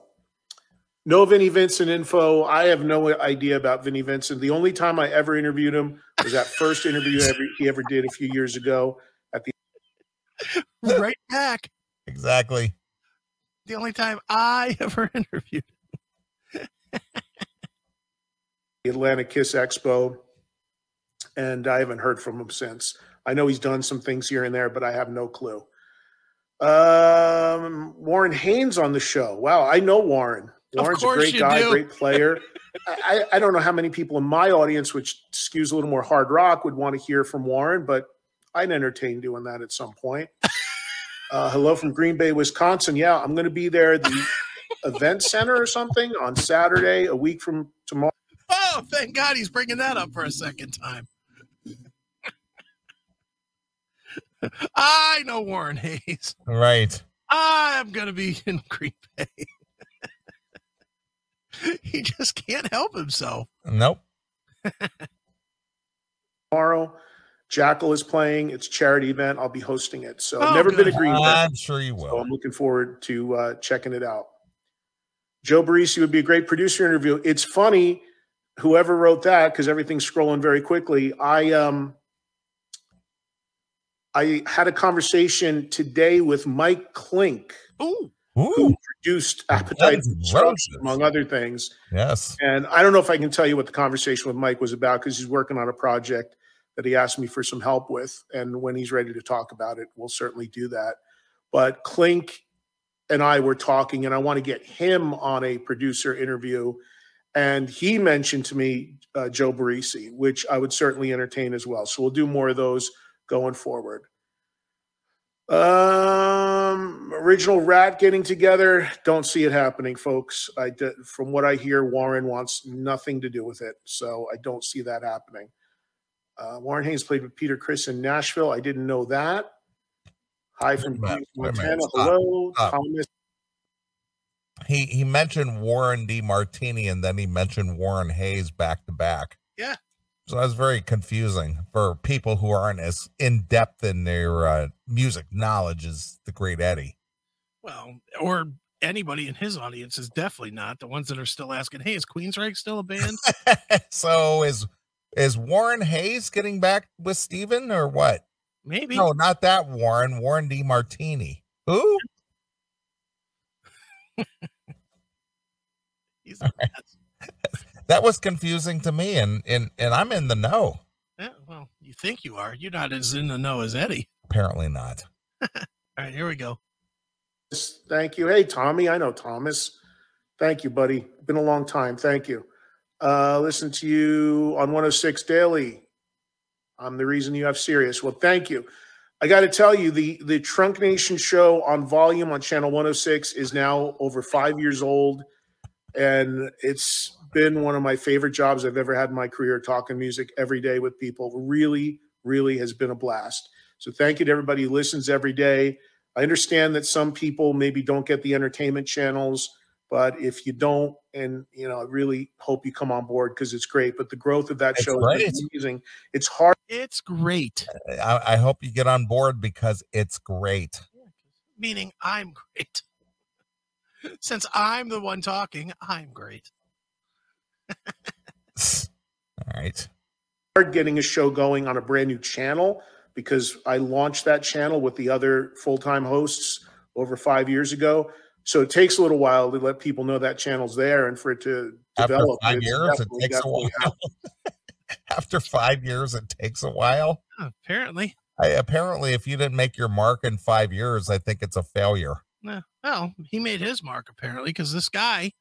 Speaker 3: No Vinnie Vincent info. I have no idea about Vinnie Vincent. The only time I ever interviewed him was that first interview ever, he ever did a few years ago.
Speaker 2: Right back.
Speaker 1: Exactly.
Speaker 2: The only time I ever interviewed.
Speaker 3: the Atlanta Kiss Expo, and I haven't heard from him since. I know he's done some things here and there, but I have no clue. Um, Warren Haynes on the show. Wow, I know Warren. Warren's a
Speaker 2: course
Speaker 3: great
Speaker 2: you
Speaker 3: guy,
Speaker 2: do.
Speaker 3: great player. I, I I don't know how many people in my audience, which skews a little more hard rock, would want to hear from Warren, but I'd entertain doing that at some point. Uh, hello from Green Bay, Wisconsin. Yeah, I'm going to be there at the event center or something on Saturday, a week from tomorrow.
Speaker 2: Oh, thank God he's bringing that up for a second time. I know Warren Hayes.
Speaker 1: Right.
Speaker 2: I'm gonna be in Green Bay. he just can't help himself.
Speaker 1: Nope.
Speaker 3: tomorrow. Jackal is playing. It's a charity event. I'll be hosting it. So
Speaker 2: Oh,
Speaker 3: never been
Speaker 2: good.
Speaker 3: a Green Bay.
Speaker 1: I'm sure you
Speaker 3: So
Speaker 1: will.
Speaker 3: I'm looking forward to uh, checking it out. Joe Barisi would be a great producer interview. It's funny, whoever wrote that, because everything's scrolling very quickly. I um I had a conversation today with Mike Klink,
Speaker 2: Ooh,
Speaker 1: Ooh,
Speaker 3: produced Appetite
Speaker 1: Guns
Speaker 3: for
Speaker 1: N'
Speaker 3: Destruction,
Speaker 1: Roses.
Speaker 3: among other things.
Speaker 1: yes.
Speaker 3: And I don't know if I can tell you what the conversation with Mike was about because he's working on a project that he asked me for some help with. And when he's ready to talk about it, we'll certainly do that. But Clink and I were talking, and I want to get him on a producer interview. And he mentioned to me uh, Joe Barisi, which I would certainly entertain as well. So we'll do more of those going forward. Um, original rat getting together. Don't see it happening, folks. I d- from what I hear, Warren wants nothing to do with it, so I don't see that happening. Uh, Warren Haynes played with Peter Chris in Nashville. I didn't know that. Hi from
Speaker 1: Wait a minute, wait a minute,
Speaker 3: Montana.
Speaker 1: stop,
Speaker 3: Hello,
Speaker 1: stop.
Speaker 3: Thomas.
Speaker 1: He he mentioned Warren D. Martini and then he mentioned Warren Hayes back to back.
Speaker 2: Yeah.
Speaker 1: So that's very confusing for people who aren't as in depth in their uh, music knowledge as the great Eddie.
Speaker 2: well, or anybody in his audience is definitely not the ones that are still asking, "Hey, is Queensrÿche still a band?"
Speaker 1: so is is Warren Hayes getting back with Steven or what?
Speaker 2: Maybe.
Speaker 1: No, not that Warren. Warren D. Martini. Who?
Speaker 2: He's the best.
Speaker 1: That was confusing to me, and and and I'm in the know.
Speaker 2: Yeah, well, you think you are. You're not as in the know as Eddie.
Speaker 1: Apparently not.
Speaker 2: All right, here we go.
Speaker 3: Thank you. Hey, Tommy. I know Thomas. Thank you, buddy. Been a long time. Thank you. Uh, listen to you on 106 Daily. I'm the reason you have Sirius. Well, thank you. I got to tell you, the the Trunk Nation show on volume on channel 106 is now over five years old, and it's been one of my favorite jobs I've ever had in my career. Talking music every day with people really, really has been a blast. So thank you to everybody who listens every day. I understand that some people maybe don't get the entertainment channels, but if you don't, and you know, I really hope you come on board because it's great. But the growth of that
Speaker 1: It's
Speaker 3: show is
Speaker 1: great.
Speaker 3: amazing. It's hard.
Speaker 2: It's great.
Speaker 1: I, I hope you get on board because it's great.
Speaker 2: Meaning I'm great. Since I'm the one talking, I'm great.
Speaker 1: All right.
Speaker 3: hard getting a show going on a brand new channel because I launched that channel with the other full time hosts over five years ago. So it takes a little while to let people know that channel's there and for it to
Speaker 1: After
Speaker 3: develop.
Speaker 1: five
Speaker 3: It's
Speaker 1: years, it
Speaker 3: definitely
Speaker 1: takes
Speaker 3: got-
Speaker 1: a while. After five years, it takes a while.
Speaker 2: Apparently.
Speaker 1: I, apparently, if you didn't make your mark in five years, I think it's a failure.
Speaker 2: Well, he made his mark apparently because this guy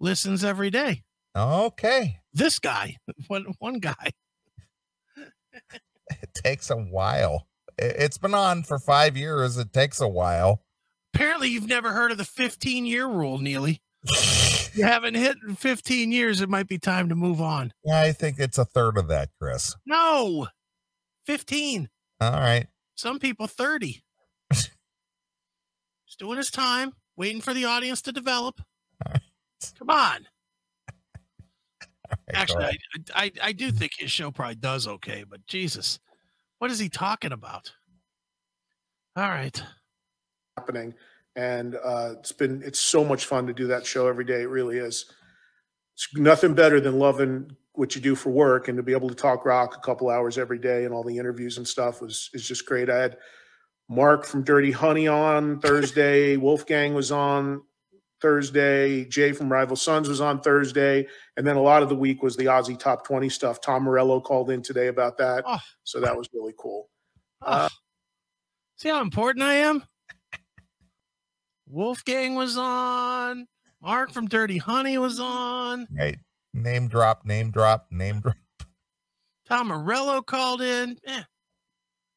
Speaker 2: listens every day.
Speaker 1: Okay.
Speaker 2: This guy, one one guy.
Speaker 1: It takes a while. It, it's been on for five years. It takes a while.
Speaker 2: Apparently, you've never heard of the 15 year rule, Neely. You haven't hit in 15 years. It might be time to move on.
Speaker 1: I think it's a third of that, Chris.
Speaker 2: No, 15.
Speaker 1: All right.
Speaker 2: Some people 30. He's doing his time, waiting for the audience to develop. Come on.
Speaker 1: All right, go
Speaker 2: Actually,
Speaker 1: ahead.
Speaker 2: I, I I do think his show probably does okay, but Jesus, what is he talking about? All right,
Speaker 3: happening and uh, it's been it's so much fun to do that show every day it really is it's nothing better than loving what you do for work and to be able to talk rock a couple hours every day and all the interviews and stuff was is just great i had mark from dirty honey on thursday wolfgang was on thursday jay from rival sons was on thursday and then a lot of the week was the aussie top 20 stuff tom morello called in today about that
Speaker 2: Oh.
Speaker 3: so that was really cool
Speaker 2: Ah. see how important I am. Wolfgang was on. Mark from Dirty Honey was on.
Speaker 1: Right. Name drop, name drop, name drop.
Speaker 2: Tom Morello called in. Eh,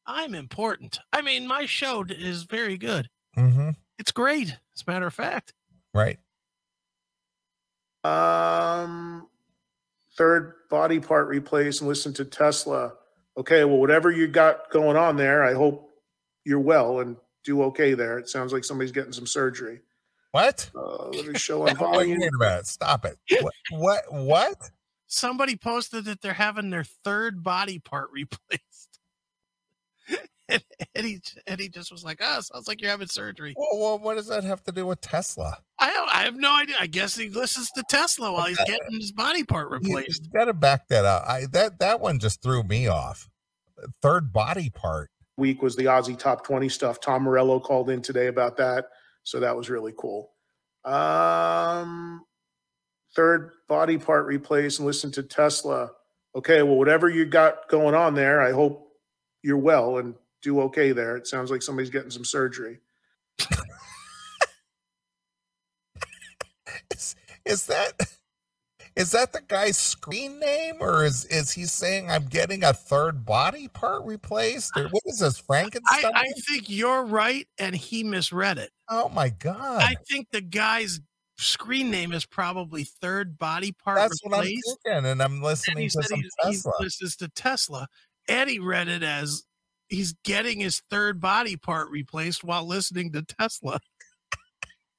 Speaker 2: I'm important. I mean, my show d- is very good.
Speaker 1: Mm-hmm.
Speaker 2: It's great. As a matter of fact,
Speaker 1: Right.
Speaker 3: Um, third body part replays and listen to Tesla. Okay, well, whatever you got going on there, I hope you're well and do okay there. It sounds like somebody's getting some surgery.
Speaker 1: What?
Speaker 3: Uh, let me show
Speaker 1: Wait
Speaker 3: on
Speaker 1: a
Speaker 3: volume.
Speaker 1: minute. Stop it. What? What? what?
Speaker 2: somebody posted that they're having their third body part replaced. and Eddie, Eddie just was like, "Oh, sounds like you're having surgery."
Speaker 1: Well, well, what does that have to do with Tesla?
Speaker 2: I don't, I have no idea. I guess he listens to Tesla while he's getting his body part
Speaker 1: You
Speaker 2: replaced.
Speaker 1: got to back that up. I that that one just threw me off. Third body part.
Speaker 3: week was the Aussie top 20 stuff. Tom Morello called in today about that. So that was really cool. Um, third body part replace and listen to Tesla. Okay, well, whatever you got going on there, I hope you're well and do okay there. It sounds like somebody's getting some surgery.
Speaker 1: Is, is that is that the guy's screen name, or is is he saying I'm getting a third body part replaced? Or what is this
Speaker 2: I,
Speaker 1: Frankenstein?
Speaker 2: I think you're right, and he misread it.
Speaker 1: oh my god!
Speaker 2: I think the guy's screen name is probably third body part
Speaker 1: That's what I'm
Speaker 2: replaced.
Speaker 1: thinking, and I'm
Speaker 2: and
Speaker 1: listening
Speaker 2: he
Speaker 1: to
Speaker 2: said
Speaker 1: some
Speaker 2: he, he
Speaker 1: Tesla.
Speaker 2: listens to Tesla. Eddie read it as he's getting his third body part replaced while listening to Tesla.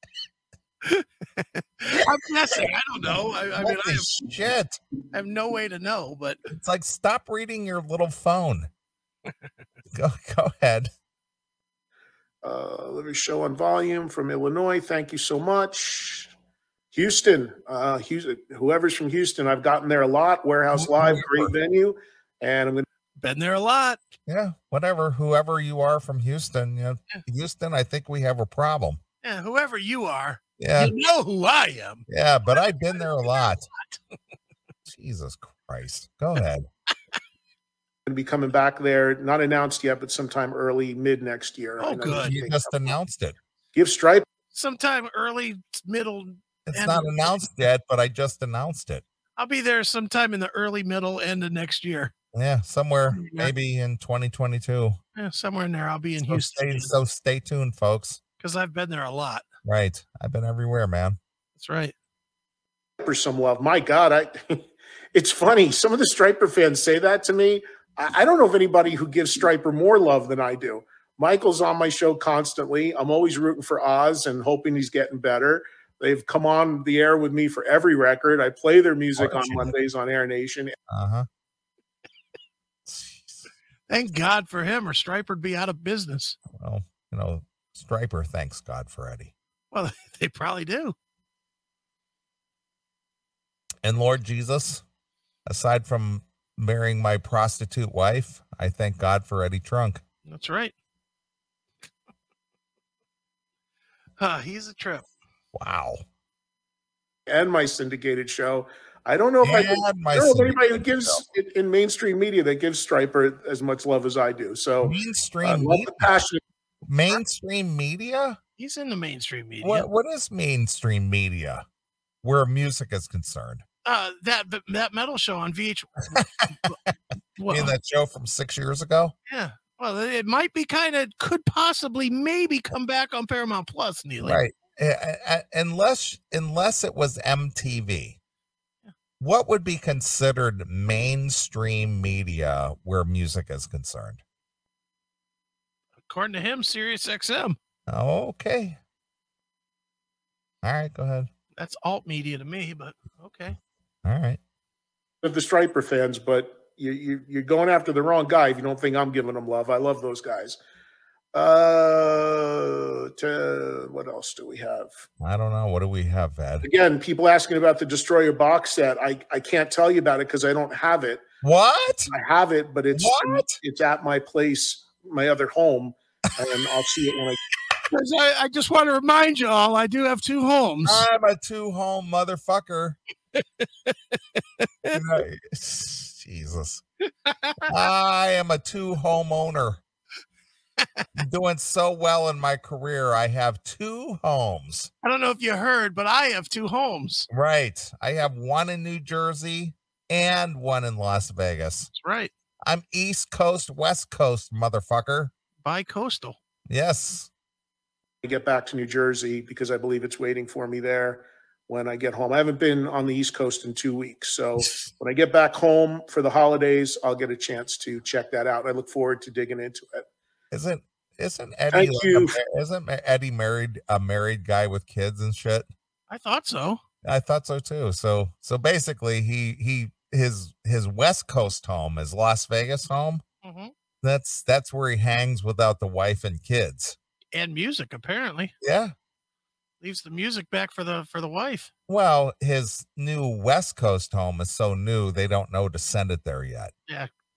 Speaker 2: I'm guessing. I don't know. I, I mean,
Speaker 1: Holy
Speaker 2: I have,
Speaker 1: shit!
Speaker 2: I have no way to know, but
Speaker 1: It's like stop reading your little phone. go go ahead.
Speaker 3: Uh, let me show on volume from Illinois. Thank you so much. Houston, uh, Houston, whoever's from Houston, I've gotten there a lot. Warehouse Live, great venue. And I'm going
Speaker 2: been there a lot.
Speaker 1: Yeah, whatever. Whoever you are from Houston, you know, Houston, I think we have a problem.
Speaker 2: Yeah, whoever you are,
Speaker 1: Yeah,
Speaker 2: you know who I am.
Speaker 1: yeah, but I've been there a lot. Jesus Christ. Go ahead.
Speaker 3: going to be coming back there, not announced yet, but sometime early, mid next year.
Speaker 2: Oh,
Speaker 3: And I'm
Speaker 2: good.
Speaker 3: gonna
Speaker 1: You
Speaker 3: take-
Speaker 1: just announced it.
Speaker 3: Give Stripe
Speaker 2: Sometime early, middle.
Speaker 1: It's not announced yet, but I just announced it.
Speaker 2: I'll be there sometime in the early, middle, end of next year.
Speaker 1: Yeah, somewhere maybe in 2022.
Speaker 2: Yeah, somewhere in there, I'll be in
Speaker 1: So stay,
Speaker 2: Houston
Speaker 1: so stay tuned, folks.
Speaker 2: because I've been there a lot.
Speaker 1: Right. I've been everywhere, man.
Speaker 2: That's right.
Speaker 3: for some love. My God, I. It's funny. Some of the Striper fans say that to me. I, I don't know of anybody who gives Striper more love than I do. Michael's on my show constantly. I'm always rooting for Oz and hoping he's getting better. They've come on the air with me for every record. I play
Speaker 2: Oh,
Speaker 3: their music on
Speaker 1: Fortunate.
Speaker 3: Mondays on Air Nation.
Speaker 1: Uh huh.
Speaker 2: Thank God for him, or Striper'd be out of business.
Speaker 1: Well, you know, Striper, thanks God for Eddie.
Speaker 2: Well, they probably do.
Speaker 1: And Lord Jesus, aside from marrying my prostitute wife, I thank God for Eddie Trunk.
Speaker 2: That's right. Uh, he's a trip.
Speaker 1: Wow.
Speaker 3: and my syndicated show. I don't know if I can,
Speaker 1: And my
Speaker 3: I don't know if anybody who
Speaker 1: syndicated
Speaker 3: gives in, in mainstream media that gives Striper as much love as I do. So Oh, uh, I
Speaker 1: Mainstream
Speaker 3: love
Speaker 1: media.
Speaker 3: the passion.
Speaker 1: mainstream media?
Speaker 2: He's in the mainstream media.
Speaker 1: What what is mainstream media where music is concerned?
Speaker 2: Uh, that that metal show on VH.
Speaker 1: You mean
Speaker 2: well,
Speaker 1: that show from six years ago?
Speaker 2: yeah. Well, it might be kind of could possibly maybe come back on Paramount Plus, Neely.
Speaker 1: Right. A- a- a- Unless unless it was MTV. What would be considered mainstream media where music is concerned?
Speaker 2: According to him, Sirius XM.
Speaker 1: Okay. All right, go ahead.
Speaker 2: That's alt media to me, but okay.
Speaker 1: All right.
Speaker 3: of the Striper fans, but you, you you're going after the wrong guy if you don't think I'm giving them love. I love those guys. Uh, to, what else do we have?
Speaker 1: I don't know. What do we have, Ed?
Speaker 3: Again, people asking about the Destroyer box set. I I can't tell you about it because I don't have it.
Speaker 1: What?
Speaker 3: I have it, but it's
Speaker 1: What?
Speaker 3: it's at my place, my other home, and I'll see it when I.
Speaker 2: I, I just want to remind you all, I do have two homes.
Speaker 1: I'm a two home motherfucker. You know, Jesus. I am a two homeowner. I'm doing so well in my career. I have two homes.
Speaker 2: I don't know if you heard, but I have two homes.
Speaker 1: Right. I have one in New Jersey and one in Las Vegas.
Speaker 2: That's right.
Speaker 1: I'm East Coast, West Coast, motherfucker.
Speaker 2: Bi coastal.
Speaker 1: Yes.
Speaker 3: I get back to New Jersey because I believe it's waiting for me there when I get home. I haven't been on the East Coast in two weeks. So when I get back home for the holidays, I'll get a chance to check that out. I look forward to digging into it.
Speaker 1: Isn't isn't Eddie
Speaker 3: Thank
Speaker 1: like a
Speaker 3: you.
Speaker 1: ma- isn't Ma- Eddie married a married guy with kids and shit?
Speaker 2: I thought so.
Speaker 1: I thought so too. So so basically he he his his West Coast home, his Las Vegas home.
Speaker 2: Mhm.
Speaker 1: That's that's where he hangs without the wife and kids.
Speaker 2: And music apparently
Speaker 1: Yeah.
Speaker 2: leaves the music back for the for the wife.
Speaker 1: Well, his new West Coast home is so new they don't know to send it there yet.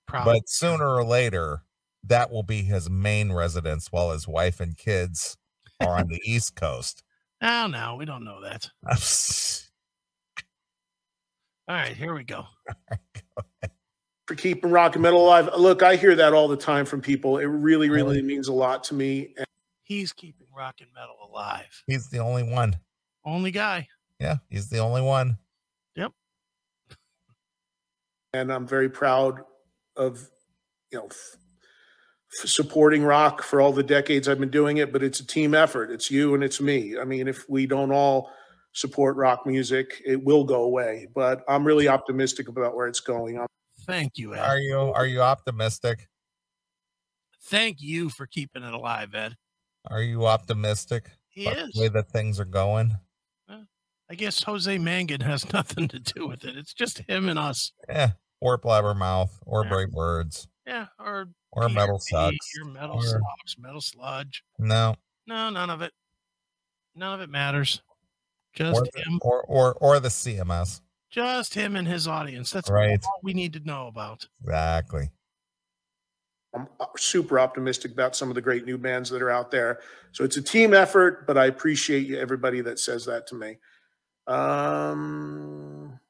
Speaker 2: Probably.
Speaker 1: But sooner or later, that will be his main residence while his wife and kids are on the East Coast.
Speaker 2: oh no, we don't know that. All right, here we go.
Speaker 3: for keeping rock and metal alive. Look, I hear that all the time from people. It really, really means a lot to me. And
Speaker 2: He's keeping rock and metal alive.
Speaker 1: he's the only one.
Speaker 2: Only guy.
Speaker 1: Yeah, he's the only one.
Speaker 3: and I'm very proud of, you know, f- f- supporting rock for all the decades I've been doing it. But it's a team effort. It's you and it's me. I mean, if we don't all support rock music, it will go away. But I'm really optimistic about where it's going. I'm
Speaker 2: Thank you, Ed.
Speaker 1: Are you are you optimistic?
Speaker 2: Thank you for keeping it alive, Ed.
Speaker 1: Are you optimistic
Speaker 2: He
Speaker 1: about the
Speaker 2: is.
Speaker 1: way that things are going?
Speaker 2: I guess Jose Mangan has nothing to do with it. It's just him and us.
Speaker 1: Yeah. Or blabbermouth or
Speaker 2: Yeah.
Speaker 1: brave words
Speaker 2: Yeah. Or
Speaker 1: or metal
Speaker 2: PRP,
Speaker 1: sucks.
Speaker 2: Your metal
Speaker 1: or-
Speaker 2: sucks. Metal sludge.
Speaker 1: No.
Speaker 2: No, none of it. None of it matters. Just
Speaker 1: Or,
Speaker 2: him.
Speaker 1: or or or the CMS.
Speaker 2: Just him and his audience. That's
Speaker 1: Right.
Speaker 2: all we need to know about.
Speaker 1: Exactly.
Speaker 3: I'm uh, super optimistic about some of the great new bands that are out there. So it's a team effort, but I appreciate you, everybody that says that to me. Um,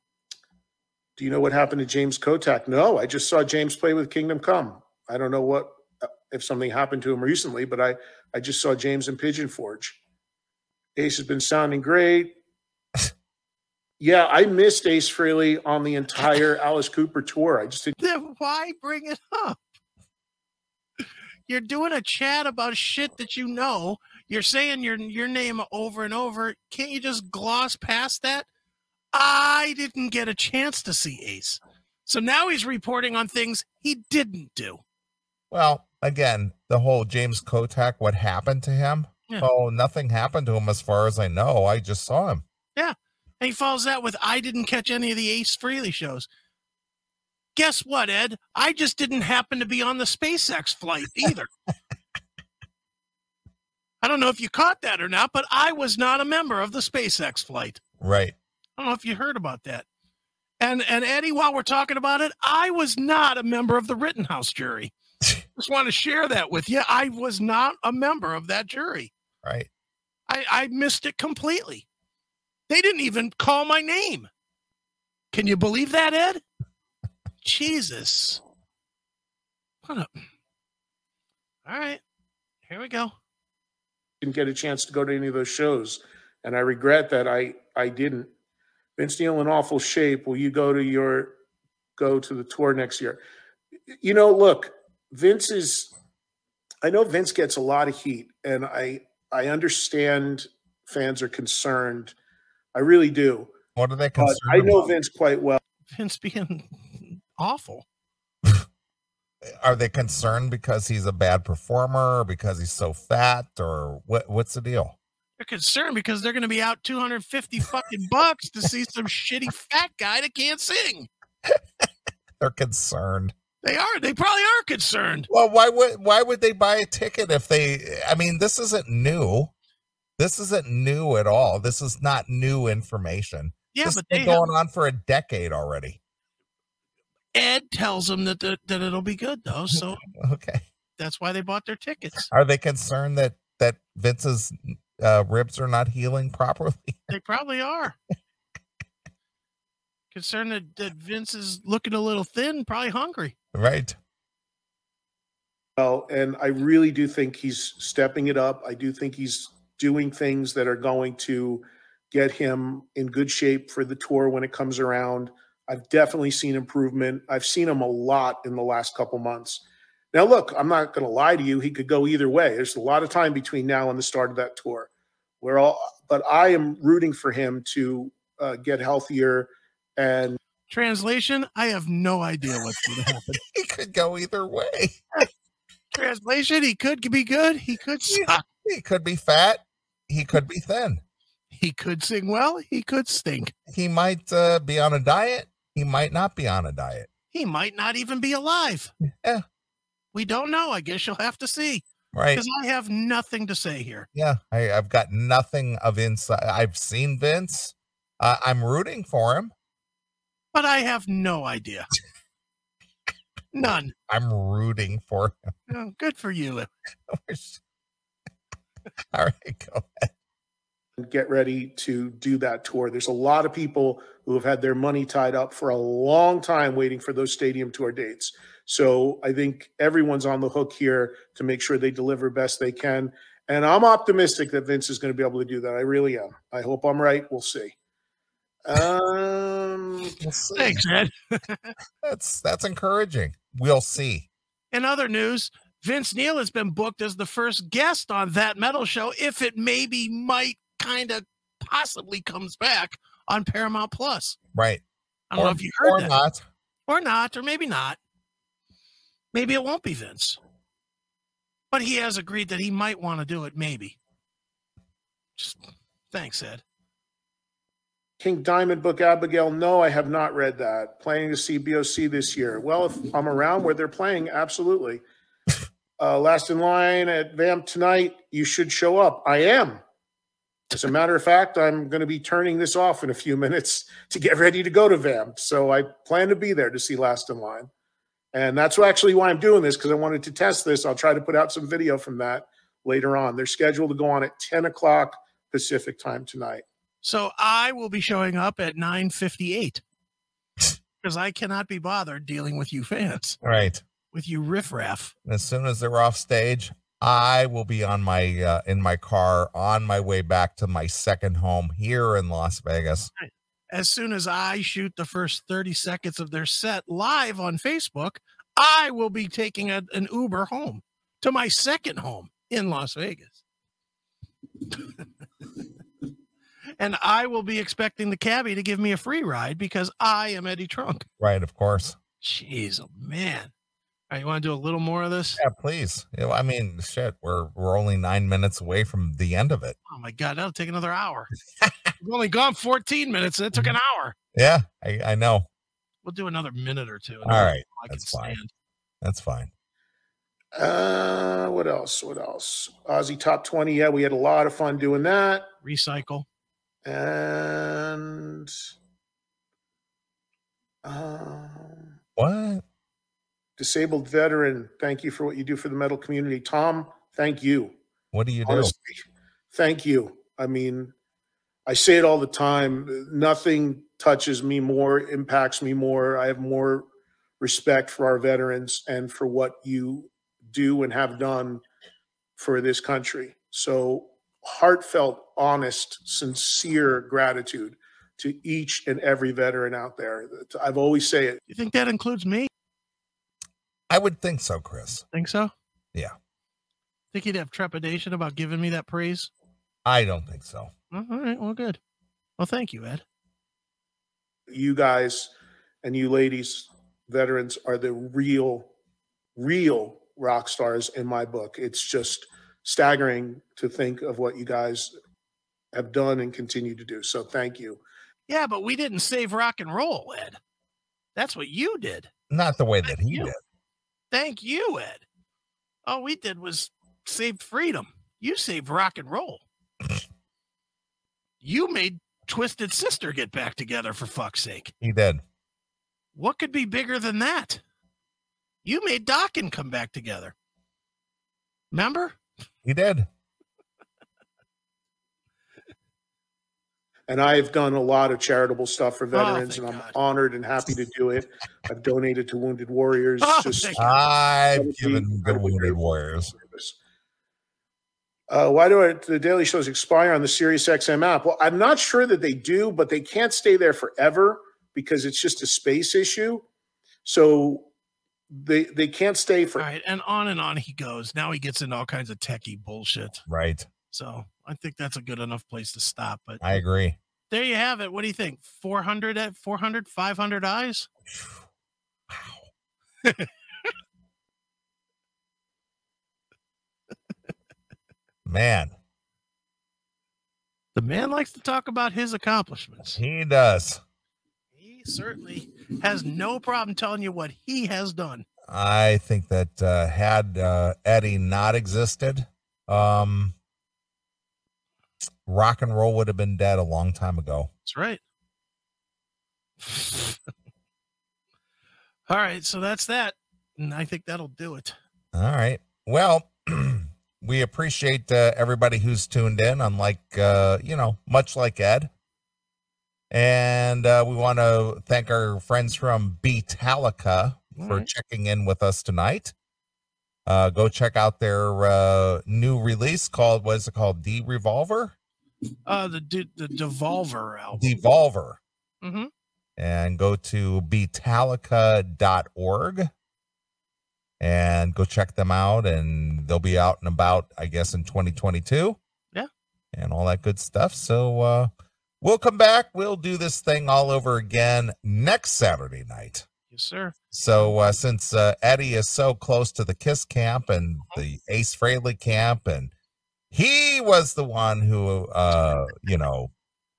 Speaker 3: do you know what happened to James Kotak? No, I just saw James play with Kingdom Come. I don't know what uh, if something happened to him recently, but I I just saw James in Pigeon Forge. Ace has been sounding great. Yeah, I missed Ace Frehley on the entire Alice Cooper tour. I just didn't
Speaker 2: Then why bring it up? You're doing a chat about shit that you know. You're saying your your name over and over. Can't you just gloss past that? I didn't get a chance to see Ace. So now he's reporting on things he didn't do.
Speaker 1: Well, again, the whole James Kotak, what happened to him?
Speaker 2: Yeah.
Speaker 1: Oh, nothing happened to him as far as I know. I just saw him.
Speaker 2: And he follows that with, I didn't catch any of the Ace Frehley shows. Guess what, Ed? I just didn't happen to be on the SpaceX flight either. I don't know if you caught that or not, but I was not a member of the SpaceX flight.
Speaker 1: Right.
Speaker 2: I don't know if you heard about that. And and Eddie, while we're talking about it, I was not a member of the Rittenhouse jury. just want to share that with you. I was not a member of that jury.
Speaker 1: Right.
Speaker 2: I, I missed it completely. They didn't even call my name. Can you believe that, Ed? Jesus. What a... All right. Here we go.
Speaker 3: didn't get a chance to go to any of those shows, and I regret that I I didn't. Vince Neil in awful shape. Will you go to your go to the tour next year? You know, look, Vince is. I know Vince gets a lot of heat, and I I understand fans are concerned. I really do.
Speaker 1: What are they
Speaker 3: But
Speaker 1: concerned
Speaker 3: Uh, I know
Speaker 1: about?
Speaker 3: Vince quite well.
Speaker 2: Vince being awful.
Speaker 1: Are they concerned because he's a bad performer, or because he's so fat, or what? What's the deal?
Speaker 2: They're concerned because they're going to be out 250 fucking bucks to see some shitty fat guy that can't sing.
Speaker 1: They're concerned.
Speaker 2: They are. They probably are concerned.
Speaker 1: Well, why would why would they buy a ticket if they? I mean, this isn't new. This isn't new at all. This is not new information.
Speaker 2: Yeah,
Speaker 1: this
Speaker 2: but
Speaker 1: has
Speaker 2: they
Speaker 1: been
Speaker 2: have,
Speaker 1: going on for a decade already.
Speaker 2: Ed tells them that, that that it'll be good though, so
Speaker 1: Okay.
Speaker 2: that's why they bought their tickets.
Speaker 1: Are they concerned that that Vince's uh, ribs are not healing properly?
Speaker 2: They probably are. Concerned that, that Vince is looking a little thin, probably hungry.
Speaker 1: Right.
Speaker 3: well, and I really do think he's stepping it up. I do think he's doing things that are going to get him in good shape for the tour when it comes around. I've definitely seen improvement. I've seen him a lot in the last couple months. Now, look, I'm not going to lie to you. He could go either way. There's a lot of time between now and the start of that tour. We're all, but I am rooting for him to uh, get healthier and
Speaker 2: Translation, I have no idea what's going to happen.
Speaker 1: He could go either way.
Speaker 2: Translation, he could be good. He could suck.
Speaker 1: He could be fat. He could be thin.
Speaker 2: He could sing well. He could stink.
Speaker 1: He might uh, be on a diet. He might not be on a diet.
Speaker 2: He might not even be alive.
Speaker 1: Yeah.
Speaker 2: We don't know. I guess you'll have to see
Speaker 1: Right.
Speaker 2: because I have nothing to say here.
Speaker 1: Yeah. I, I've got nothing of inside. I've seen Vince. Uh, I'm rooting for him.
Speaker 2: But I have no idea. None.
Speaker 1: I'm rooting for him.
Speaker 2: Oh, good for you.
Speaker 1: All right, go.
Speaker 3: and get ready to do that tour. There's a lot of people who have had their money tied up for a long time waiting for those stadium tour dates. So I think everyone's on the hook here to make sure they deliver best they can. And I'm optimistic that Vince is going to be able to do that. I really am. I hope I'm right. We'll see. Um,
Speaker 1: We'll see.
Speaker 2: Thanks, Ed.
Speaker 1: That's that's encouraging. We'll see.
Speaker 2: In other news, Vince Neil has been booked as the first guest on that metal show if it maybe might kind of possibly comes back on Paramount Plus.
Speaker 1: Right.
Speaker 2: I don't
Speaker 1: Or-
Speaker 2: know if you heard
Speaker 1: or
Speaker 2: that
Speaker 1: not.
Speaker 2: or not, or maybe not. Maybe it won't be Vince. But he has agreed that he might want to do it, maybe. Just thanks, Ed.
Speaker 3: King Diamond book Abigail. No, I have not read that. Planning to see BOC this year. Well, if I'm around where they're playing, absolutely. Uh, last in line at Vamp tonight. You should show up. I am. As a matter of fact, I'm going to be turning this off in a few minutes to get ready to go to Vamp. So I plan to be there to see Last in Line. And that's actually why I'm doing this because I wanted to test this. I'll try to put out some video from that later on. They're scheduled to go on at 10 o'clock Pacific time tonight.
Speaker 2: So I will be showing up at 958 because I cannot be bothered dealing with you fans,
Speaker 1: Right.
Speaker 2: with you riffraff.
Speaker 1: And as soon as they're off stage, I will be on my uh, in my car on my way back to my second home here in Las Vegas.
Speaker 2: As soon as I shoot the first 30 seconds of their set live on Facebook, I will be taking a- an Uber home to my second home in Las Vegas. and I will be expecting the cabbie to give me a free ride because I am Eddie Trunk.
Speaker 1: Right, of course.
Speaker 2: Jeez, oh man. All right, you want to do a little more of this?
Speaker 1: Yeah, please. You know, I mean, shit, we're we're only nine minutes away from the end of it.
Speaker 2: Oh my god, that'll take another hour. We've only gone 14 minutes. And it took an hour.
Speaker 1: Yeah, I, I know.
Speaker 2: We'll do another minute or two. and
Speaker 1: All
Speaker 2: I'll-
Speaker 1: right,
Speaker 2: I can
Speaker 1: that's fine.
Speaker 2: stand.
Speaker 1: That's fine.
Speaker 3: Uh, what else? What else? Aussie top 20. Yeah, we had a lot of fun doing that.
Speaker 2: Recycle.
Speaker 3: And um,
Speaker 1: What?
Speaker 3: disabled veteran, thank you for what you do for the metal community. Tom, thank you.
Speaker 1: What do you do?
Speaker 3: Honestly, thank you. I mean, I say it all the time. Nothing touches me more, impacts me more. I have more respect for our veterans and for what you do and have done for this country. So, heartfelt, honest, sincere gratitude to each and every veteran out there. I've always say it.
Speaker 2: You think that includes me?
Speaker 1: I would think so, Chris.
Speaker 2: Think so?
Speaker 1: Yeah.
Speaker 2: Think you'd have trepidation about giving me that praise?
Speaker 1: I don't think so.
Speaker 2: Well, all right, well, good. Well, thank you, Ed.
Speaker 3: you guys and you ladies, veterans, are the real, real rock stars in my book. It's just staggering to think of what you guys have done and continue to do. So thank you.
Speaker 2: Yeah, but we didn't save rock and roll, Ed. That's what you did.
Speaker 1: Not the way that he
Speaker 2: Yeah.
Speaker 1: did.
Speaker 2: Thank you, Ed. All we did was save freedom. You saved rock and roll. you made Twisted Sister get back together for fuck's sake.
Speaker 1: He did.
Speaker 2: What could be bigger than that? You made Dokken come back together. Remember?
Speaker 1: He did.
Speaker 3: And I've done a lot of charitable stuff for veterans,
Speaker 2: Oh, thank
Speaker 3: and
Speaker 2: God.
Speaker 3: I'm honored and happy to do it. I've donated to Wounded Warriors.
Speaker 2: Oh,
Speaker 3: just
Speaker 2: thank
Speaker 1: I've
Speaker 3: That would be
Speaker 1: given the
Speaker 3: incredibly
Speaker 1: wounded
Speaker 3: grateful.
Speaker 1: warriors.
Speaker 3: service. Uh, why do I, the daily shows expire on the Sirius XM app? Well, I'm not sure that they do, but they can't stay there forever because it's just a space issue. So they they can't stay
Speaker 2: All
Speaker 3: for.
Speaker 2: right. And on and on he goes. Now he gets into all kinds of techie bullshit.
Speaker 1: Right.
Speaker 2: So I think that's a good enough place to stop. But
Speaker 1: I agree.
Speaker 2: there you have it. What do you think? 400 at 400, 500 eyes?
Speaker 1: Man,
Speaker 2: The man likes to talk about his accomplishments.
Speaker 1: he does.
Speaker 2: He certainly has no problem telling you what he has done.
Speaker 1: I think that uh, had uh, Eddie not existed, um, rock and roll would have been dead a long time ago.
Speaker 2: That's right. All right, so that's that. And I think that'll do it.
Speaker 1: All right. Well, we appreciate uh, everybody who's tuned in, unlike, uh, you know, much like Ed. And uh, we want to thank our friends from Beatalica for
Speaker 2: Alright.
Speaker 1: checking in with us tonight. Uh, go check out their uh, new release called, what is it called? The Revolver?
Speaker 2: Uh the du- the Devolver album.
Speaker 1: Devolver.
Speaker 2: Mm-hmm.
Speaker 1: and go to beatalica.org and go check them out and they'll be out and about i guess in 2022
Speaker 2: Yeah.
Speaker 1: and all that good stuff so uh we'll come back we'll do this thing all over again next saturday night
Speaker 2: Yes, sir.
Speaker 1: so uh since uh, eddie is so close to the kiss camp and the ace fraley camp and he was the one who uh you know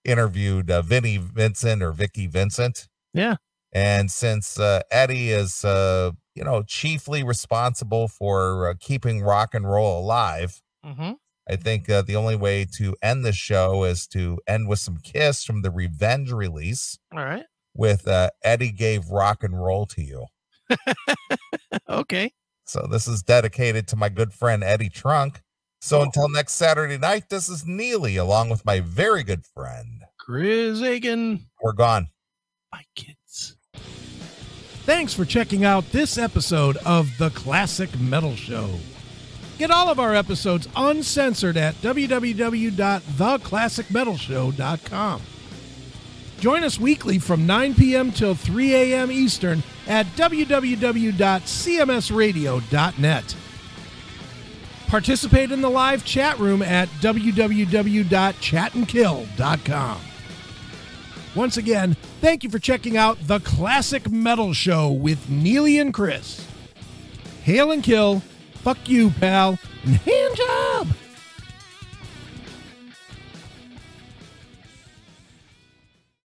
Speaker 1: interviewed uh, vinnie vincent or vicky vincent
Speaker 2: Yeah.
Speaker 1: and since uh, Eddie is, uh, you know, chiefly responsible for uh, keeping rock and roll alive,
Speaker 2: Mm-hmm.
Speaker 1: I think uh, the only way to end the show is to end with some Kiss from the Revenge release
Speaker 2: All right.
Speaker 1: with uh, Eddie gave rock and roll to you.
Speaker 2: Okay.
Speaker 1: So this is dedicated to my good friend Eddie Trunk. So
Speaker 2: Cool.
Speaker 1: until next Saturday night, this is Neely along with my very good friend.
Speaker 2: Chris Aiken.
Speaker 1: We're gone.
Speaker 2: Bye, kids.
Speaker 5: Thanks for checking out this episode of The Classic Metal Show. Get all of our episodes uncensored at www.theclassicmetalshow.com. Join us weekly from 9 p.m. till 3 a.m. Eastern at www.cmsradio.net. Participate in the live chat room at www.chatandkill.com. Once again, thank you for checking out The Classic Metal Show with Neely and Chris. Hail and kill, fuck you, pal, and hand job.